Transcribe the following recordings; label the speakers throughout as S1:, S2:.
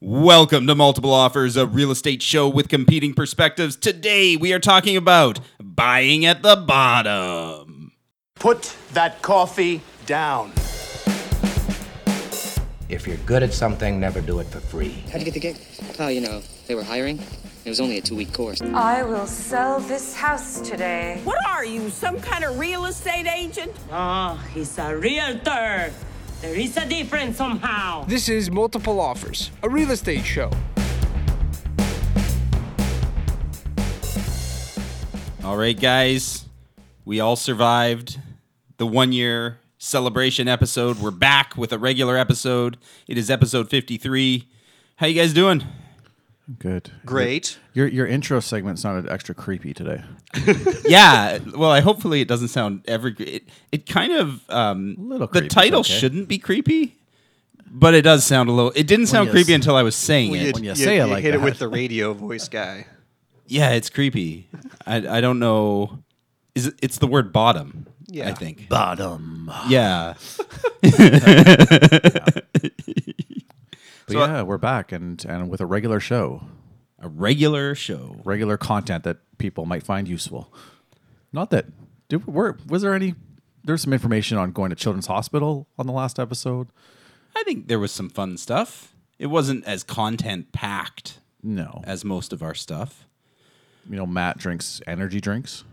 S1: Welcome to Multiple Offers, a real estate show with competing perspectives. Today we are talking about buying at the bottom.
S2: Put that coffee down.
S3: If you're good at something, never do it for free.
S4: How'd you get the gig? Oh, you know, they were hiring. It was only a two week course.
S5: I will sell this house today.
S6: What are you, some kind of real estate agent?
S7: Oh, he's a realtor. There is a difference somehow.
S8: This is Multiple Offers, a real estate show.
S1: All right, guys, we all survived the one year celebration episode. We're back with a regular episode. It is episode 53. How you guys doing?
S9: Good.
S10: Great.
S9: Your your intro segment sounded extra creepy today.
S1: yeah. Well, I hopefully it doesn't sound every. It, it kind of um,
S9: Little
S1: the
S9: creepy,
S1: title
S9: okay.
S1: shouldn't be creepy, but it does sound a little. It didn't sound
S9: you
S1: creepy
S9: s-
S1: until I was saying it.
S9: When you say it like
S10: hit it
S9: that.
S10: with the radio voice guy.
S1: Yeah, it's creepy. I I don't know. Is it, it's the word bottom?
S10: Yeah.
S1: I think.
S9: Bottom.
S1: Yeah.
S9: But yeah, we're back and and with a regular show,
S1: A regular show.
S9: regular content that people might find useful. Not that. Did, were, was there any? There's some information on going to Children's Hospital on the last episode.
S1: I think there was some fun stuff. It wasn't as content packed
S9: No.
S1: as most of our stuff.
S9: you know, Matt drinks energy drinks.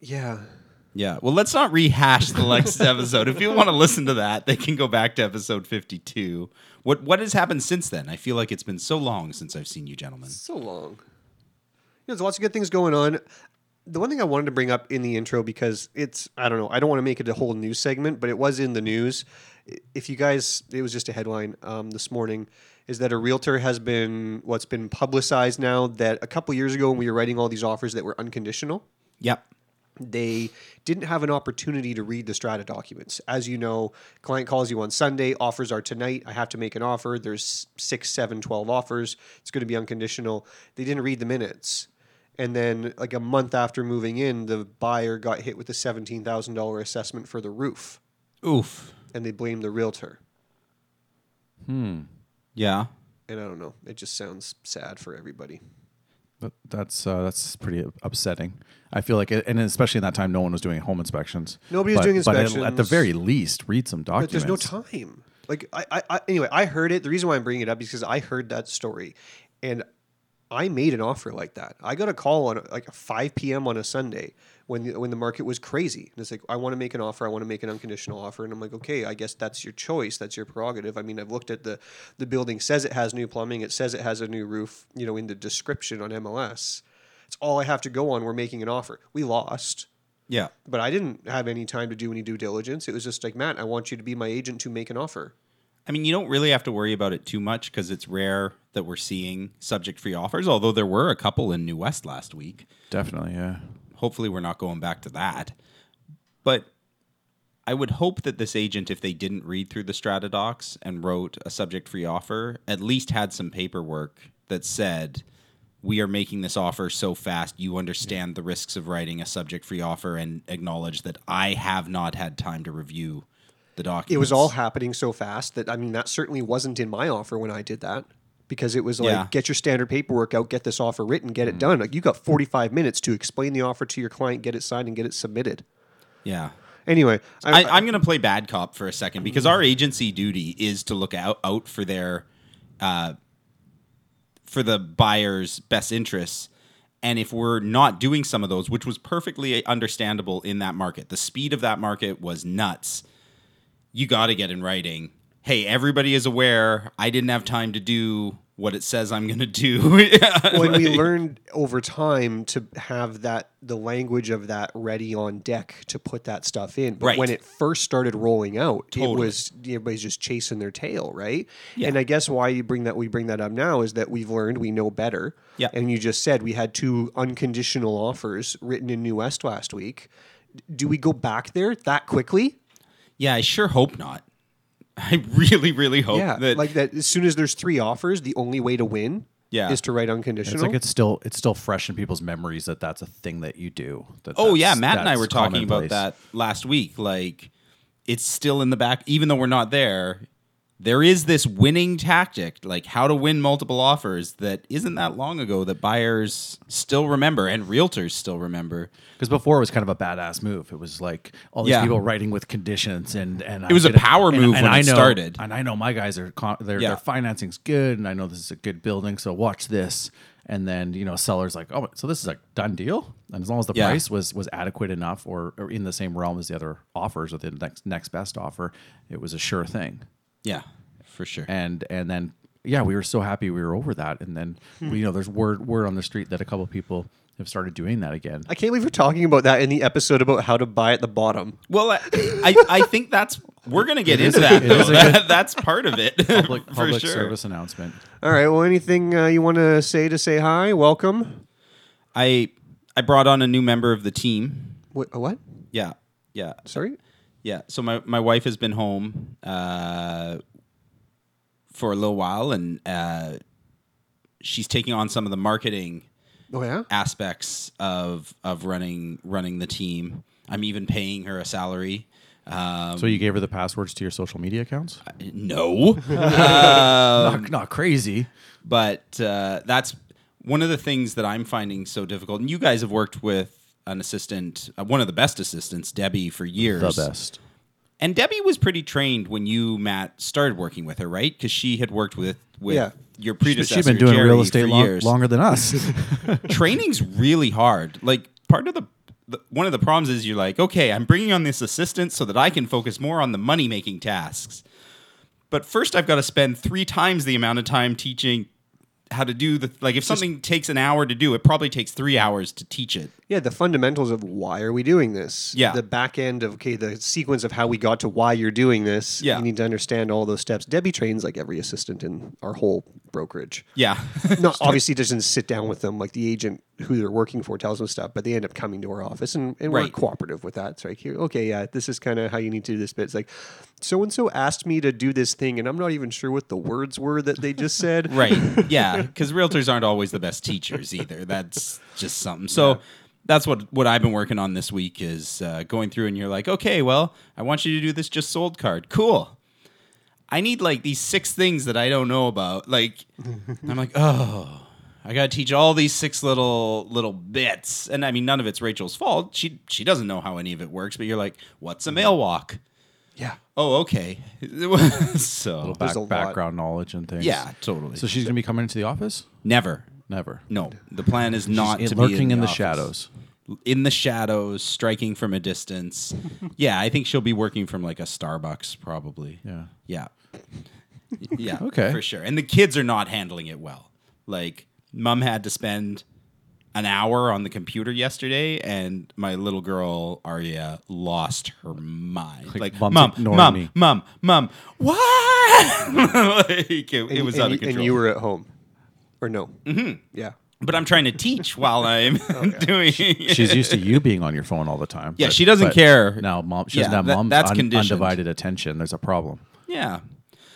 S10: Yeah.
S1: Yeah. Well, let's not rehash the Lexus episode. If you want to listen to that, they can go back to episode 52. What what has happened since then? I feel like it's been so long since I've seen you gentlemen.
S10: So long. You know, there's lots of good things going on. The one thing I wanted to bring up in the intro because it's I don't know, I don't want to make it a whole news segment, but it was in the news. I- If you guys it was just a headline um, this morning is that a realtor has been what's been publicized now that a couple years ago when we were writing all these offers that were unconditional,
S1: Yep.
S10: they didn't have an opportunity to read the strata documents. As you know, client calls you on Sunday, offers are tonight. I have to make an offer. There's six, seven, 12 offers. It's going to be unconditional. They didn't read the minutes. And then, like a month after moving in, the buyer got hit with a $17,000 assessment for the roof,
S1: Oof.
S10: and they blamed the realtor.
S1: Yeah.
S10: And I don't know, it just sounds sad for everybody.
S9: That, that's uh, that's pretty upsetting. I feel like, it, and especially in that time, no one was doing home inspections.
S10: Nobody was doing
S9: But at- at, the
S10: inspections.
S9: very least, read some
S10: But
S9: documents.
S10: there's no time. Like I, I, I, anyway, I heard it. The reason why I'm bringing it up is because I heard that story, and I made an offer like that. I got a call on like 5 p.m. on a Sunday when the, when the market was crazy, and it's like I want to make an offer. I want to make an unconditional offer, and I'm like, okay, I guess that's your choice. That's your prerogative. I mean, I've looked at the the building. Says it has new plumbing. It says it has a new roof. You know, in the description on MLS, it's all I have to go on. We're making an offer. We lost
S1: Yeah.
S10: but I didn't have any time to do any due diligence. It was just like, Matt, I want you to be my agent to make an offer.
S1: I mean, you don't really have to worry about it too much because it's rare that we're seeing subject free offers, although there were a couple in New West last week.
S9: Definitely, yeah.
S1: Hopefully, we're not going back to that. But I would hope that this agent, if they didn't read through the strata docs and wrote a subject free offer, at least had some paperwork that said, we are making this offer so fast. You understand the risks of writing a subject free offer and acknowledge that I have not had time to review the documents.
S10: It was all happening so fast that, I mean, that certainly wasn't in my offer when I did that because it was like,
S1: Yeah. Mm-hmm.
S10: get your standard paperwork out, get this offer written, get it done. Like, you got 45 minutes to explain the offer to your client, get it signed, and get it submitted.
S1: Yeah.
S10: Anyway,
S1: I, I'm going to play bad cop for a second because our agency duty is to look out, out for their, uh, for the buyer's best interests. And if we're not doing some of those, which was perfectly understandable in that market, the speed of that market was nuts. You got to get in writing. Hey, everybody is aware. I didn't have time to do what it says I'm going to do. Yeah.
S10: when we learned over time to have that the language of that ready on deck to put that stuff in but
S1: Right.
S10: when it first started rolling out it
S1: Totally.
S10: was everybody's just chasing their tail right and i guess why you bring that we bring that up now is that we've learned we know better
S1: Yeah.
S10: and you just said we had two unconditional offers written in new west last week do we go back there that quickly
S1: yeah, I sure hope not. I really, really hope
S10: yeah
S1: that.
S10: like that as soon as there's three offers the only way to win
S1: Yeah.
S10: is to write unconditional
S9: It's like it's still it's still fresh in people's memories that that's a thing that you do. That
S1: Oh
S9: that's-
S1: yeah, Matt and I
S9: that's
S1: were talking about
S9: commonplace.
S1: that last week. Like it's still in the back, even though we're not there. there is this winning tactic, like how to win multiple offers, that isn't that long ago that buyers still remember and realtors still remember.
S9: Because before it was kind of a badass move. It was like all these
S1: Yeah.
S9: people writing with conditions, and and
S1: It was a power move when
S9: I
S1: it
S9: know,
S1: started.
S9: And I know my guys are con- their
S1: Yeah.
S9: their financing's good, and I know this is a good building, so watch this. And then you know sellers like, oh, so this is a done deal. And as long as the
S1: Yeah.
S9: price was was adequate enough, or, or in the same realm as the other offers, or the next next best offer, it was a sure thing.
S1: Yeah, for sure.
S9: And and then yeah, we were so happy we were over that. And then you know, there's word word on the street that a couple people have started doing that again.
S10: I can't believe we're talking about that in the episode about how to buy at the bottom.
S1: Well, I, I, I think that's we're gonna get into that.
S9: it is
S1: though.
S9: a good-
S1: That- that's part of it.
S9: public,
S1: for
S9: public
S1: sure.
S9: service announcement.
S10: All right. Well, anything uh, you want to say to say hi? Welcome.
S1: I I brought on a new member of the team.
S10: What? what?
S1: Yeah, yeah,
S10: Sorry.
S1: yeah. So my my wife has been home uh, for a little while, and uh, she's taking on some of the marketing
S10: Oh yeah.
S1: aspects of of running running the team. I'm even paying her a salary. Um,
S9: So you gave her the passwords to your social media accounts?
S1: no,
S9: not, not crazy.
S1: but uh, that's one of the things that I'm finding so difficult. And you guys have worked with an assistant, uh, one of the best assistants, Debbie, for years.
S9: The best.
S1: And Debbie was pretty trained when you Matt started working with her, right? Because she had worked with with
S10: Yeah.
S1: your
S9: She's
S1: predecessor.
S9: been doing
S1: Jerry,
S9: real estate
S1: for
S9: long,
S1: years.
S9: longer than us.
S1: training's really hard. Like part of the, the one of the problems is you're like, okay, I'm bringing on this assistant so that I can focus more on the money making tasks. But first, I've got to spend three times the amount of time teaching how to do the like. If something takes an hour to do, it probably takes three hours to teach it.
S10: Yeah, the fundamentals of why are we doing this?
S1: Yeah.
S10: The back end of okay, the sequence of how we got to why you're doing this.
S1: Yeah.
S10: You need to understand all those steps. Debbie trains like every assistant in our whole brokerage.
S1: Yeah,
S10: Not obviously doesn't sit down with them like the agent who they're working for tells them stuff, but they end up coming to our office and, and we're
S1: Right.
S10: cooperative with that. It's like here, okay, yeah, this is kind of how you need to do this bit. It's like so and so asked me to do this thing and I'm not even sure what the words were that they just said.
S1: right. Yeah, because realtors aren't always the best teachers either. That's just something. So. That's what, what I've been working on this week is uh, going through, and you're like, okay, well, I want you to do this just sold card. Cool. I need like these six things that I don't know about. Like, I'm like, oh, I gotta teach all these six little little bits. And I mean, none of it's Rachel's fault. She she doesn't know how any of it works. But you're like, what's a mail walk?
S10: Yeah.
S1: Oh, okay. so
S9: Back,
S10: a lot.
S9: background knowledge and things.
S1: yeah, totally.
S9: So she's going to be coming into the office?
S1: never,
S9: Never.
S1: no. The plan is not
S9: She's
S1: to
S9: lurking
S1: be in the, office.
S9: shadows.
S1: in the shadows, striking from a distance. yeah, I think she'll be working from like a Starbucks probably.
S9: Yeah.
S1: Yeah. Yeah.
S9: Okay.
S1: For sure. And the kids are not handling it well. Like, mom had to spend an hour on the computer yesterday, and my little girl, Aria, lost her mind. Like,
S9: "Mom's
S1: mom,
S9: ignoring
S1: mom,
S9: me."
S1: mom, mom, what? like, it, it was
S10: and,
S1: out of
S10: you-
S1: control.
S10: And you were at home. Or no. Mm-hmm. Yeah.
S1: but I'm trying to teach while I'm
S9: Oh,
S1: doing
S9: She's used to you being on your phone all the time.
S1: Yeah, she doesn't care.
S9: Now, mom, she
S1: Yeah,
S9: doesn't have
S1: that-
S9: mom's
S1: that's
S9: un-
S1: conditioned.
S9: undivided attention. There's a problem.
S1: Yeah.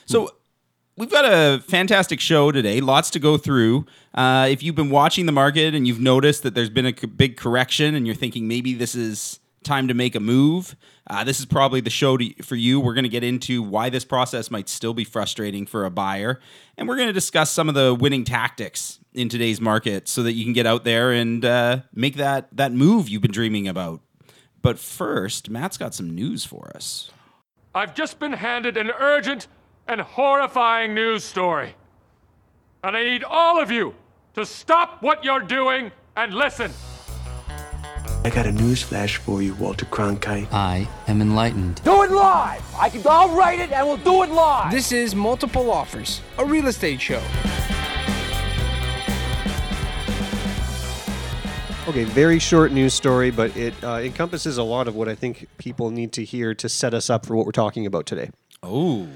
S1: So we've got a fantastic show today. Lots to go through. Uh, if you've been watching the market and you've noticed that there's been a c- big correction and you're thinking maybe this is time to make a move, uh, this is probably the show to, for you. We're going to get into why this process might still be frustrating for a buyer. And we're going to discuss some of the winning tactics in today's market so that you can get out there and uh, make that, that move you've been dreaming about. But first, Matt's got some news for us.
S11: I've just been handed an urgent and horrifying news story. And I need all of you to stop what you're doing and listen.
S2: I got a news flash for you, Walter Cronkite.
S4: I am enlightened.
S8: Do it live! I can, I'll write it and we'll do it live! This is Multiple Offers, a real estate show.
S10: Okay, very short news story, but it uh, encompasses a lot of what I think people need to hear to set us up for what we're talking about today.
S1: Oh.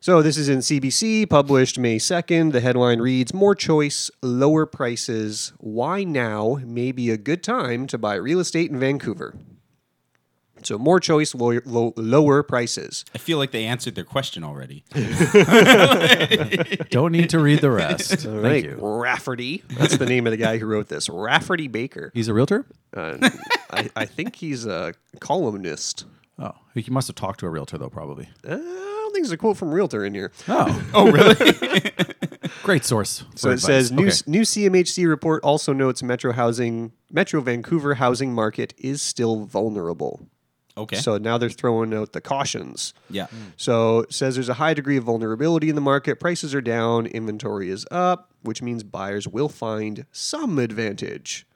S10: So, this is in CBC, published May 2nd. The headline reads More choice, lower prices. Why now may be a good time to buy real estate in Vancouver? So, more choice, lo- lo- lower prices.
S1: I feel like they answered their question already.
S9: Don't need to read the rest. Thank
S10: Right,
S9: you.
S10: Rafferty. That's the name of the guy who wrote this. Rafferty Baker.
S9: He's a realtor?
S10: I, I think he's a columnist.
S9: Oh, he must have talked to a realtor, though, probably.
S10: Uh, don't think there's a quote from Realtor in here.
S9: Oh,
S1: Oh, really?
S9: great source.
S10: So
S9: for
S10: it says new
S9: advice.
S10: new CMHC report also notes Metro housing Metro Vancouver housing market is still vulnerable.
S1: okay.
S10: So Hmm. now they're throwing out the cautions.
S1: yeah.
S10: Mm. So it says there's a high degree of vulnerability in the market. Prices are down, inventory is up, which means buyers will find some advantage.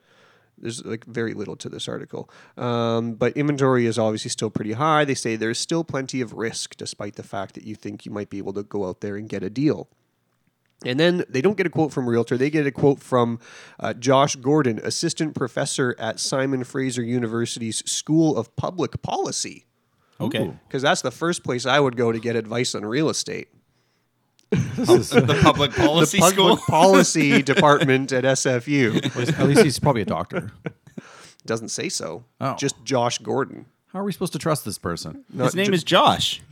S10: There's like very little to this article, um, but inventory is obviously still pretty high. They say there's still plenty of risk, despite the fact that you think you might be able to go out there and get a deal. And then they don't get a quote from a realtor. They get a quote from uh, Josh Gordon, assistant professor at Simon Fraser University's School of Public Policy,
S1: Okay.
S10: because that's the first place I would go to get advice on real estate.
S1: The public policy
S10: Public
S1: school.
S10: Policy Department at SFU
S9: Okay. At least he's probably a doctor.
S10: doesn't say so.
S9: Oh.
S10: Just Josh Gordon.
S9: How are we supposed to trust this person?
S1: His name is Josh.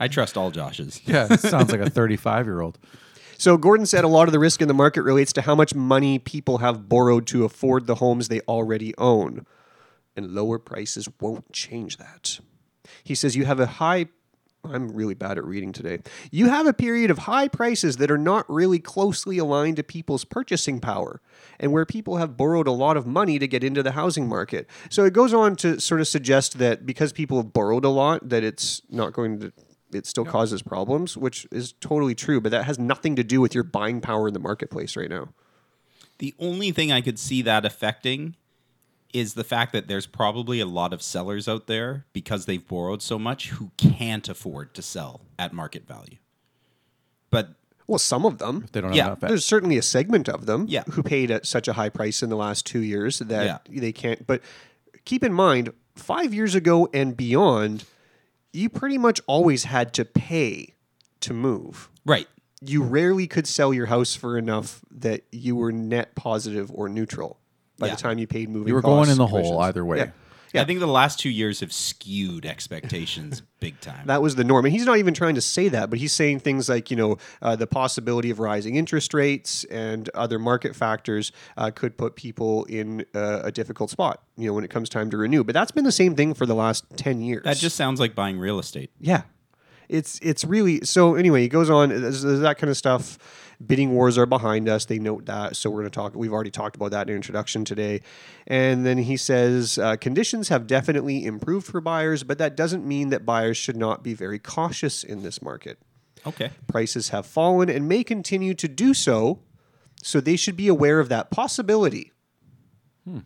S1: I trust all Joshes.
S9: Yeah, it sounds like a 35 year old.
S10: So Gordon said a lot of the risk in the market relates to how much money people have borrowed to afford the homes they already own, and lower prices won't change that. He says you have a high I'm really bad at reading today. You have a period of high prices that are not really closely aligned to people's purchasing power and where people have borrowed a lot of money to get into the housing market. So it goes on to sort of suggest that because people have borrowed a lot that it's not going to it still causes problems, which is totally true, but that has nothing to do with your buying power in the marketplace right now.
S1: The only thing I could see that affecting is the fact that there's probably a lot of sellers out there because they've borrowed so much who can't afford to sell at market value. But
S10: Well, some of them.
S9: They don't
S1: Yeah,
S9: have enough.
S10: There's certainly a segment of them
S1: Yeah.
S10: who paid at such a high price in the last two years that they can't. But keep in mind, five years ago and beyond, you pretty much always had to pay to move.
S1: right,
S10: You rarely could sell your house for enough that you were net positive or neutral by
S1: Yeah.
S10: the time you paid moving.
S9: You were
S10: costs,
S9: going in the hole
S10: commissions.
S9: either way.
S10: Yeah.
S1: I think the last two years have skewed expectations big time.
S10: That was the norm. And he's not even trying to say that, but he's saying things like, you know, uh, the possibility of rising interest rates and other market factors uh, could put people in uh, a difficult spot, you know, when it comes time to renew. But that's been the same thing for the last 10 years.
S1: that just sounds like buying real estate.
S10: Yeah. It's it's really so anyway, he goes on there's- there's that kind of stuff. Bidding wars are behind us. They note that. So we're going to talk. We've already talked about that in introduction today. And then he says uh, conditions have definitely improved for buyers, but that doesn't mean that buyers should not be very cautious in this market.
S1: Okay.
S10: Prices have fallen and may continue to do so, so they should be aware of that possibility. Hmm.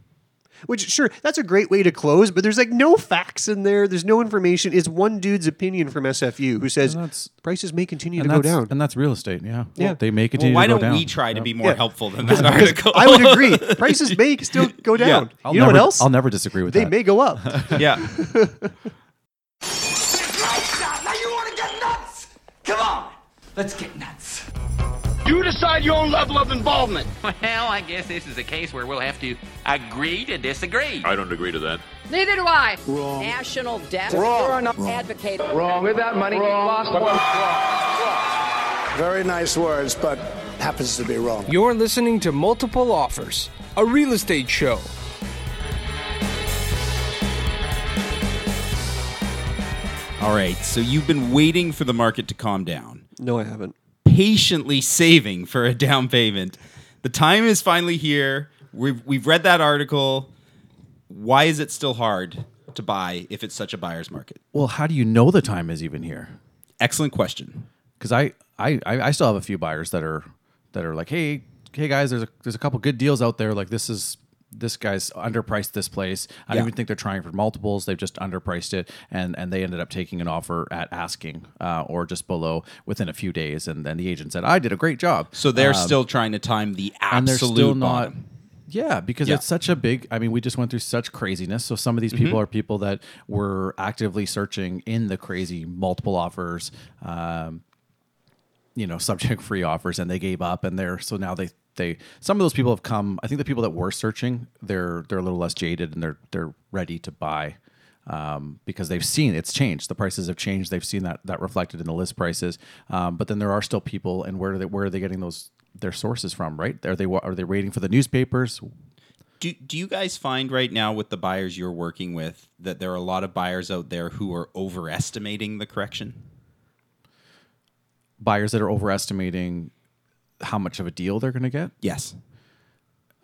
S10: Which, sure, that's a great way to close, but there's like no facts in there. There's no information. It's one dude's opinion from SFU who says
S9: And that's-
S10: prices may continue to
S9: And
S10: go
S9: that's,
S10: down.
S9: and that's real estate. Yeah.
S10: Yeah.
S9: They may
S1: Well,
S9: continue
S1: why
S9: to go
S1: don't
S9: down.
S1: we try to
S9: Yeah.
S1: be more helpful than that article?
S10: I would agree. Prices may still go down.
S9: I'll
S10: you know what
S9: never-
S10: else?
S9: I'll never disagree with
S10: they
S9: that.
S10: may go up.
S1: yeah.
S7: Now you want to get nuts? Come on, let's get nuts.
S11: You decide your own level of involvement.
S7: Well, I guess this is a case where we'll have to agree to disagree.
S11: I don't agree to that.
S6: Neither do I. Wrong. National debt. You're an advocate.
S8: Wrong with that money. Wrong.
S2: Very nice words, but happens to be wrong.
S8: You're listening to Multiple Offers, a real estate show.
S1: All right. So you've been waiting for the market to calm down.
S10: No, I haven't.
S1: patiently saving for a down payment. The time is finally here. We've we've read that article. Why is it still hard to buy if it's such a buyer's market?
S9: Well, how do you know the time is even here?
S1: Excellent question.
S9: because I, I I I still have a few buyers that are that are like, hey hey guys, there's a, there's a couple good deals out there. Like this is this guy's underpriced this place. I
S1: Yeah.
S9: don't even think they're trying for multiples. They've just underpriced it, and and they ended up taking an offer at asking uh, or just below within a few days. And then the agent said, I did a great job.
S1: So they're still trying to time the absolute
S9: Um, and they're still not.
S1: bottom.
S9: Yeah, because
S1: Yeah.
S9: it's such a big. I mean, we just went through such craziness. So some of these people are people that were actively searching in the crazy multiple offers, um, you know, subject free offers, and they gave up, and they're so now they they some of those people have come. I think the people that were searching, they're they're a little less jaded, and they're they're ready to buy. Um, because they've seen it's changed, the prices have changed. They've seen that that reflected in the list prices. Um, but then there are still people, and where do they where are they getting those their sources from? Right? Are they wa- are they waiting for the newspapers?
S1: Do, do you guys find right now with the buyers you're working with that there are a lot of buyers out there who are overestimating the correction?
S9: buyers that are overestimating how much of a deal they're going to get?
S1: Yes.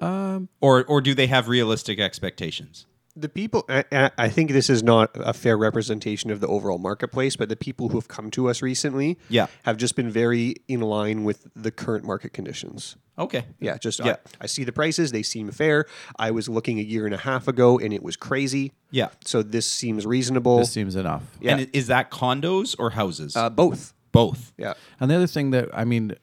S1: Um, or or do they have realistic expectations?
S10: the people I, I I think this is not a fair representation of the overall marketplace but the people who have come to us recently
S1: Yeah.
S10: have just been very in line with the current market conditions
S1: Okay.
S10: yeah just
S1: Yeah.
S10: I, I see the prices they seem fair i was looking a year and a half ago and it was crazy
S1: Yeah.
S10: so this seems reasonable
S9: This seems enough.
S10: yeah.
S1: And is that condos or houses?
S10: uh, both
S1: Both.
S10: yeah
S9: And the other thing that I mean,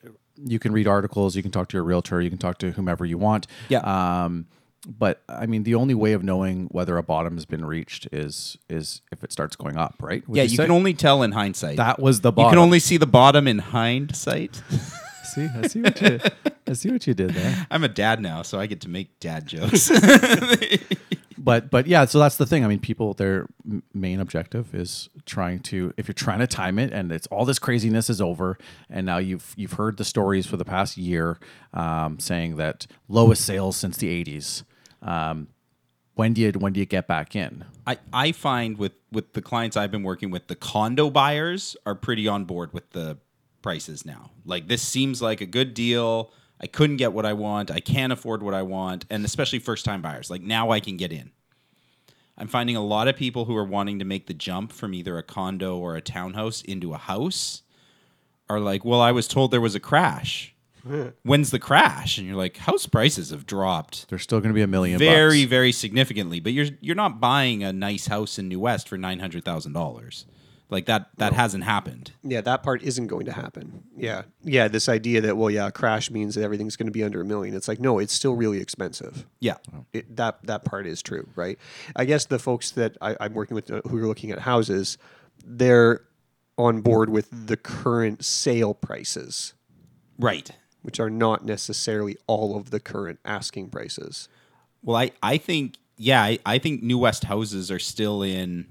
S9: you can read articles, you can talk to your realtor, you can talk to whomever you want.
S1: Yeah.
S9: Um, but I mean, the only way of knowing whether a bottom has been reached is is if it starts going up, right? Would
S1: yeah, you
S9: say?
S1: can only tell in hindsight.
S9: that was the
S1: you
S9: bottom.
S1: can only see the bottom in hindsight.
S9: see. I see what you. I see what you did there.
S1: I'm a dad now, so I get to make dad jokes.
S9: But but yeah, so that's the thing. I mean, people their m- main objective is trying to. If you're trying to time it, and it's all this craziness is over, and now you've you've heard the stories for the past year um, saying that lowest sales since the '80s. Um, when do you when do you get back in?
S1: I, I find with with the clients I've been working with, the condo buyers are pretty on board with the prices now. Like this seems like a good deal. I couldn't get what I want. I can't afford what I want, and especially first time buyers. Like now I can get in. I'm finding a lot of people who are wanting to make the jump from either a condo or a townhouse into a house are like, "Well, I was told there was a crash. When's the crash?" And you're like, "House prices have dropped."
S9: There's still going to be a million.
S1: very
S9: bucks.
S1: very significantly but you're you're not buying a nice house in new west for $900000 like that that hasn't happened
S10: yeah that part isn't going to happen yeah yeah this idea that well yeah a crash means that everything's going to be under a million it's like no it's still really expensive
S1: yeah
S10: it, that that part is true, right? I guess the folks that I, I'm working with uh, who are looking at houses, they're on board with the current sale prices,
S1: right
S10: which are not necessarily all of the current asking prices.
S1: well i i think yeah i, I think new west houses are still in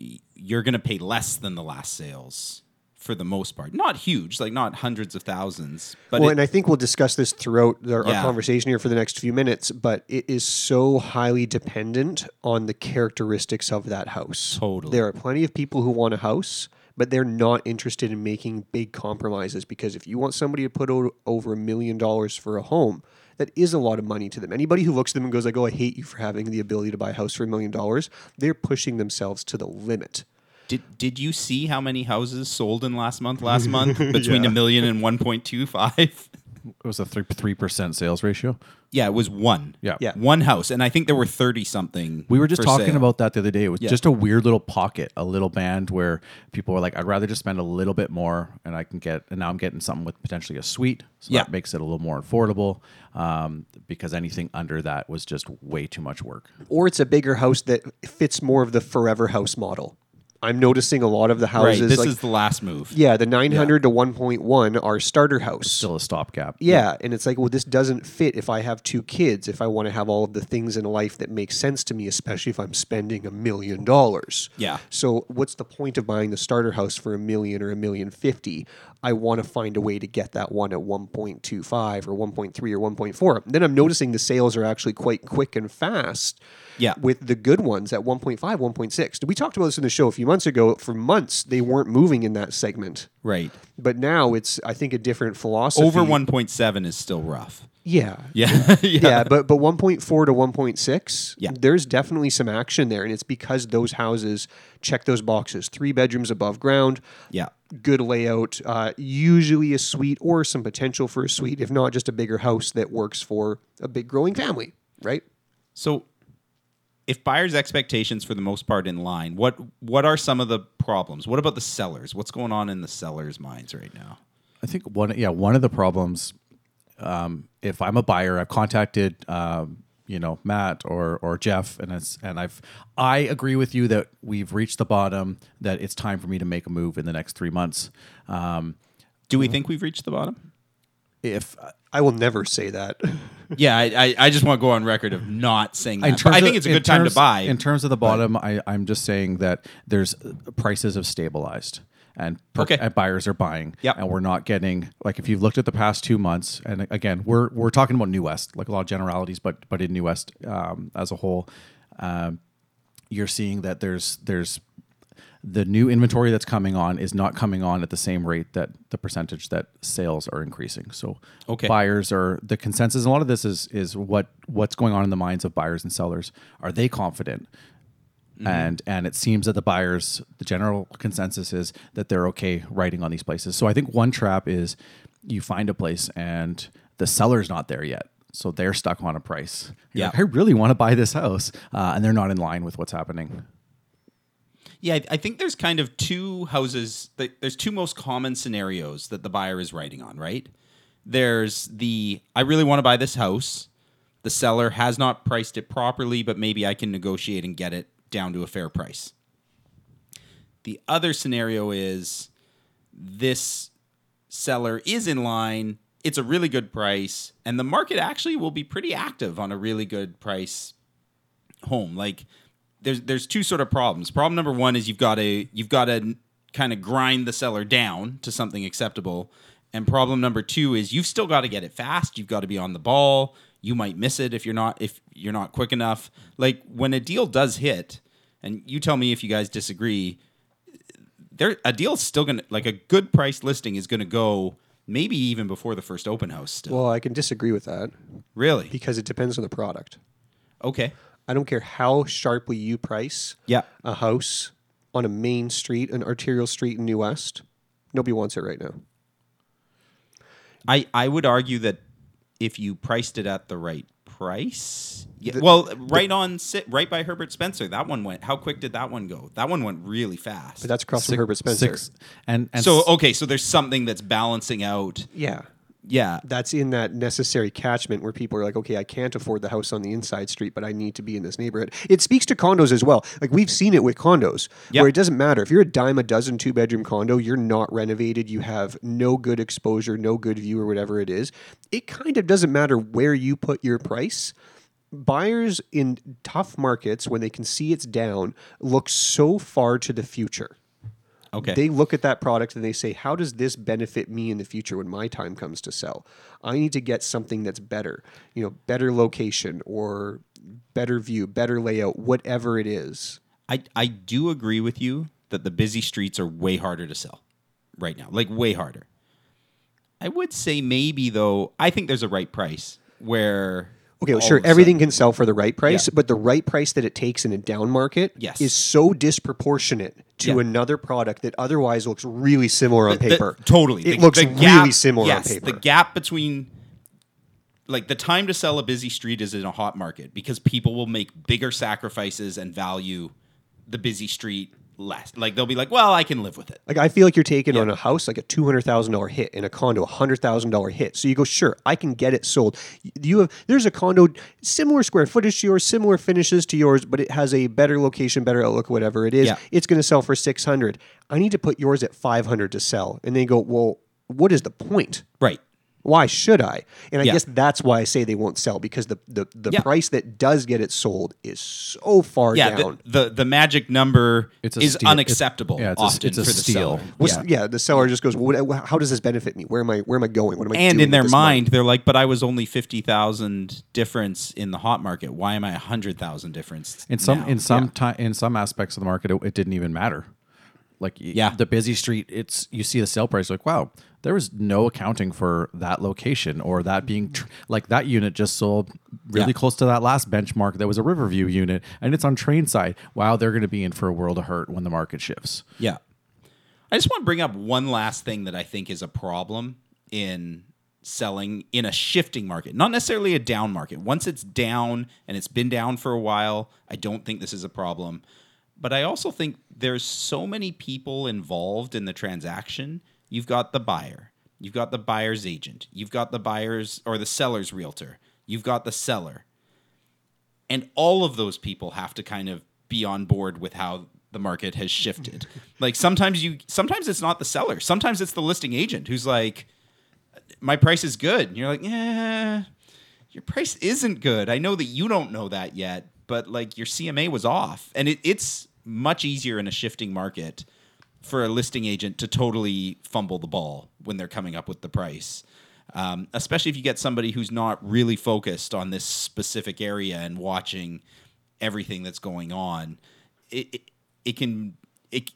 S1: y- you're going to pay less than the last sales for the most part not huge like not hundreds of thousands but
S10: well,
S1: it-
S10: and I think we'll discuss this throughout our,
S1: Yeah.
S10: our conversation here for the next few minutes, but it is so highly dependent on the characteristics of that house.
S1: Totally.
S10: There are plenty of people who want a house, but they're not interested in making big compromises because if you want somebody to put o- over a million dollars for a home, that is a lot of money to them. Anybody who looks at them and goes like, "Oh, I hate you for having the ability to buy a house for a million dollars," they're pushing themselves to the limit.
S1: did did you see how many houses sold in last month last month between a million and 1.25
S9: It was a three three percent sales ratio.
S1: yeah it was one
S9: Yeah.
S10: Yeah.
S1: one house and i think there were 30 something
S9: We were just
S1: for
S9: talking
S1: sale.
S9: about that the other day. It was just a weird little pocket, a little band where people were like, I'd rather just spend a little bit more and I can get, and now I'm getting something with potentially a suite. So
S1: Yeah.
S9: that makes it a little more affordable um, because anything under that was just way too much work.
S10: or it's a bigger house that fits more of the forever house model. I'm noticing a lot of the houses.
S1: Right, this
S10: like,
S1: is the last move.
S10: yeah, the 900 to 1.1 are starter house.
S9: Still a stopgap.
S10: yeah, and it's like, well, this doesn't fit if I have two kids, if I want to have all of the things in life that make sense to me, especially if I'm spending a million dollars.
S1: Yeah.
S10: So, what's the point of buying the starter house for a million or a million fifty? I want to find a way to get that one at 1.25 or 1.3 or 1.4. Then I'm noticing the sales are actually quite quick and fast
S1: Yeah.
S10: with the good ones at 1.5, 1.6. We talked about this in the show a few months ago. For months, they weren't moving in that segment.
S1: Right.
S10: But now it's, I think, a different philosophy.
S1: Over 1.7 is still rough.
S10: Yeah.
S1: Yeah.
S10: Yeah, but but 1.4 to 1.6,
S1: Yeah.
S10: there's definitely some action there, and it's because those houses check those boxes: three bedrooms above ground,
S1: Yeah.
S10: good layout, uh, usually a suite or some potential for a suite, if not just a bigger house that works for a big growing family, right?
S1: So if buyers' expectations for the most part in line, what what are some of the problems? What about the sellers? What's going on in the sellers' minds right now?
S9: I think one, yeah, one of the problems, um, if I'm a buyer, I've contacted, um, you know, Matt or or Jeff, and it's and I've I agree with you that we've reached the bottom, that it's time for me to make a move in the next three months. Um,
S1: Do we think we've reached the bottom?
S9: if
S10: I will never say that.
S1: Yeah, I, I, I just want to go on record of not saying
S9: in
S1: that. but I
S9: terms
S1: think
S9: of-
S1: it's a
S9: in
S1: good time to
S9: terms-
S1: buy.
S9: In terms of the bottom, I, I'm just saying that there's uh, prices have stabilized and, per-
S1: Okay.
S9: and buyers are buying.
S1: Yep.
S9: And we're not getting like if you've looked at the past two months, and again, we're we're talking about New West, like a lot of generalities, but but in New West um, as a whole, um, you're seeing that there's there's the new inventory that's coming on is not coming on at the same rate that the percentage that sales are increasing. So
S1: Okay.
S9: buyers are the consensus. A lot of this is is what what's going on in the minds of buyers and sellers. Are they confident?
S1: Mm-hmm.
S9: and and it seems that the buyers the general consensus is that they're okay writing on these places so i think one trap is you find a place and the seller's not there yet so they're stuck on a price You're
S1: Yeah.
S9: like, i really want to buy this house uh, and they're not in line with what's happening
S1: Yeah, I- I think there's kind of two houses. That, there's two most common scenarios that the buyer is writing on, right? There's the I really want to buy this house. The seller has not priced it properly, but maybe I can negotiate and get it down to a fair price. The other scenario is this seller is in line, it's a really good price, and the market actually will be pretty active on a really good price home. Like there's there's two sort of problems. Problem number one is you've got to you've got to kind of grind the seller down to something acceptable, and problem number two is you've still got to get it fast. You've got to be on the ball. You might miss it if you're not if you're not quick enough. Like when a deal does hit, and you tell me if you guys disagree. There, a deal's still gonna like a good price listing is gonna go maybe even before the first open house. Still,
S10: Well, I can disagree with that
S1: really?
S10: because it depends on the product.
S1: Okay.
S10: I don't care how sharply you price
S1: Yeah.
S10: a house on a main street, an arterial street in New West. Nobody wants it right now.
S1: I I would argue that if you priced it at the right price, yeah, well, right on sit right by Herbert Spencer. That one went. How quick did that one go? That one went really fast.
S10: But that's across
S9: Six-
S10: from Herbert Spencer.
S9: six- and, and
S1: so
S9: s-
S1: okay, so there's something that's balancing out.
S10: Yeah.
S1: Yeah,
S10: That's in that necessary catchment where people are like, okay, I can't afford the house on the inside street, but I need to be in this neighborhood. It speaks to condos as well. Like we've seen it with condos
S1: Yep.
S10: where it doesn't matter. If you're a dime a dozen two bedroom condo, you're not renovated, you have no good exposure, no good view, or whatever it is. It kind of doesn't matter where you put your price. Buyers in tough markets, when they can see it's down, look so far to the future
S1: okay.
S10: they look at that product and they say, How does this benefit me in the future when my time comes to sell? I need to get something that's better, you know, better location or better view, better layout, whatever it is.
S1: I I do agree with you that the busy streets are way harder to sell right now, like way harder. I would say maybe though. I think there's a right price where.
S10: Okay, well,
S1: all
S10: sure,
S1: of a
S10: everything
S1: sudden-
S10: can sell for the right price,
S1: Yeah.
S10: but the right price that it takes in a down market
S1: Yes.
S10: is so disproportionate to
S1: Yeah.
S10: another product that otherwise looks really similar on
S1: the-
S10: paper.
S1: the- totally.
S10: It
S1: The-
S10: looks
S1: the
S10: really similar
S1: yes,
S10: on paper.
S1: The gap between like the time to sell a busy street is in a hot market because people will make bigger sacrifices and value the busy street less. Like they'll be like, "Well, I can live with it."
S10: Like I feel like you're taking on a house like a two hundred thousand dollar hit and a condo a hundred thousand dollar hit. So you go, sure, I can get it sold. You have there's a condo similar square footage to yours, similar finishes to yours, but it has a better location, better outlook, whatever it is.
S1: Yeah.
S10: It's going to sell for six hundred. I need to put yours at five hundred to sell, and they go, well, what is the point?
S1: Right.
S10: Why should I? And I
S1: Yeah.
S10: guess that's why I say they won't sell because the the, the
S1: Yeah.
S10: price that does get it sold is so far
S1: Yeah,
S10: down.
S1: the, the the magic number
S9: It's a
S1: is
S9: steal.
S1: unacceptable
S9: It's- yeah, it's a-
S1: often
S9: it's a
S1: for the
S9: steal.
S1: seller.
S10: What's, yeah. the seller just goes, what, how does this benefit me? Where am I? Where am I going? What am I?
S1: And
S10: doing
S1: in
S10: with
S1: their
S10: this
S1: mind,
S10: money?"
S1: they're like, "But I was only fifty thousand difference in the hot market. Why am I a hundred thousand difference?"
S9: in some
S1: now?"
S9: in some ti- in some aspects of the market it, it didn't even matter like yeah.
S1: Yeah.
S9: the busy street it's you see the sale price like wow there was no accounting for that location or that being tr- like that unit just sold really
S1: Yeah.
S9: close to that last benchmark that was a riverview unit and it's on train side wow they're going to be in for a world of hurt when the market shifts
S1: Yeah. I just want to bring up one last thing that I think is a problem in selling in a shifting market, not necessarily a down market. Once it's down and it's been down for a while, I don't think this is a problem. But I also think there's so many people involved in the transaction. You've got the buyer, you've got the buyer's agent, you've got the buyer's or the seller's realtor, you've got the seller and all of those people have to kind of be on board with how the market has shifted. like sometimes you sometimes it's not the seller, sometimes it's the listing agent who's like my price is good. And you're like, "Yeah, your price isn't good. I know that you don't know that yet, but like your CMA was off." And it, it's much easier in a shifting market for a listing agent to totally fumble the ball when they're coming up with the price. Um, especially if you get somebody who's not really focused on this specific area and watching everything that's going on, it it, it can it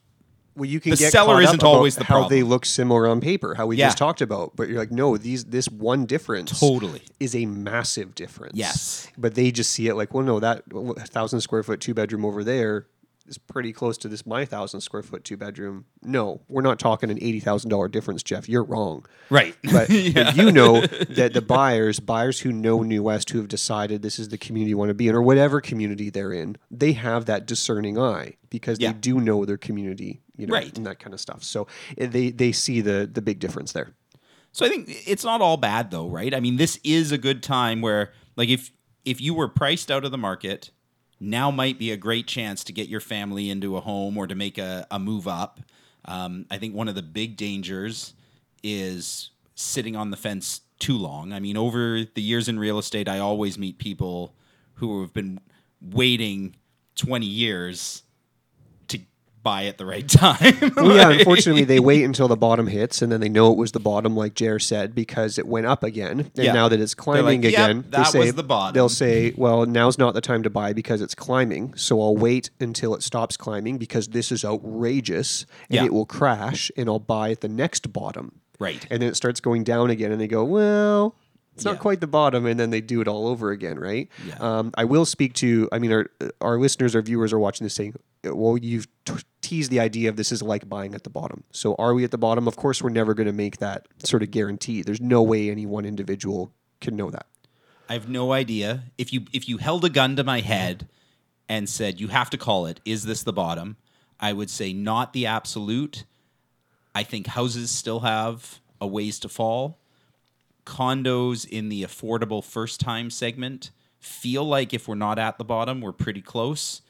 S10: well, you can
S1: the
S10: get
S1: seller
S10: caught up
S1: isn't
S10: about
S1: always the
S10: how
S1: problem.
S10: they look similar on paper, how we
S1: Yeah.
S10: just talked about. But you're like, no, these this one difference
S1: Totally.
S10: is a massive difference.
S1: Yes.
S10: but they just see it like, well, no, that thousand square foot two bedroom over there is pretty close to this my thousand square foot two bedroom. No, we're not talking an eighty thousand dollar difference, Jeff. You're wrong.
S1: Right.
S10: But, but you know that the buyers, buyers who know New West, who have decided this is the community you want to be in, or whatever community they're in, they have that discerning eye because
S1: Yeah.
S10: they do know their community, you know,
S1: Right.
S10: and that kind of stuff. So eh, they they see the the big difference there.
S1: So I think it's not all bad though, right? I mean, this is a good time where like if if you were priced out of the market, now might be a great chance to get your family into a home or to make a, a move up. Um, I think one of the big dangers is sitting on the fence too long. I mean, over the years in real estate, I always meet people who have been waiting 20 years to buy at the right time.
S10: Well, yeah,
S1: Like-
S10: unfortunately, they wait until the bottom hits, and then they know it was the bottom, like Jer said, because it went up again. And
S1: Yeah.
S10: now that it's climbing
S1: like, "Yep,
S10: again, they
S1: that
S10: say-
S1: was the bottom."
S10: They'll say, "Well, now's not the time to buy because it's climbing, so I'll wait until it stops climbing because this is outrageous and
S1: Yeah.
S10: it will crash, and I'll buy at the next bottom."
S1: Right.
S10: And then it starts going down again, and they go, "Well." It's not
S1: Yeah.
S10: quite the bottom, and then they do it all over again, right?
S1: Yeah.
S10: Um, I will speak to. I mean, our our listeners, our viewers are watching this saying, "Well, you've t- teased the idea of this is like buying at the bottom." So, are we at the bottom? Of course, we're never going to make that sort of guarantee. There's no way any one individual can know that.
S1: I have no idea. If you if you held a gun to my head and said you have to call it, is this the bottom? I would say not the absolute. I think houses still have a ways to fall. Condos in the affordable first time segment feel like if we're not at the bottom, we're pretty close.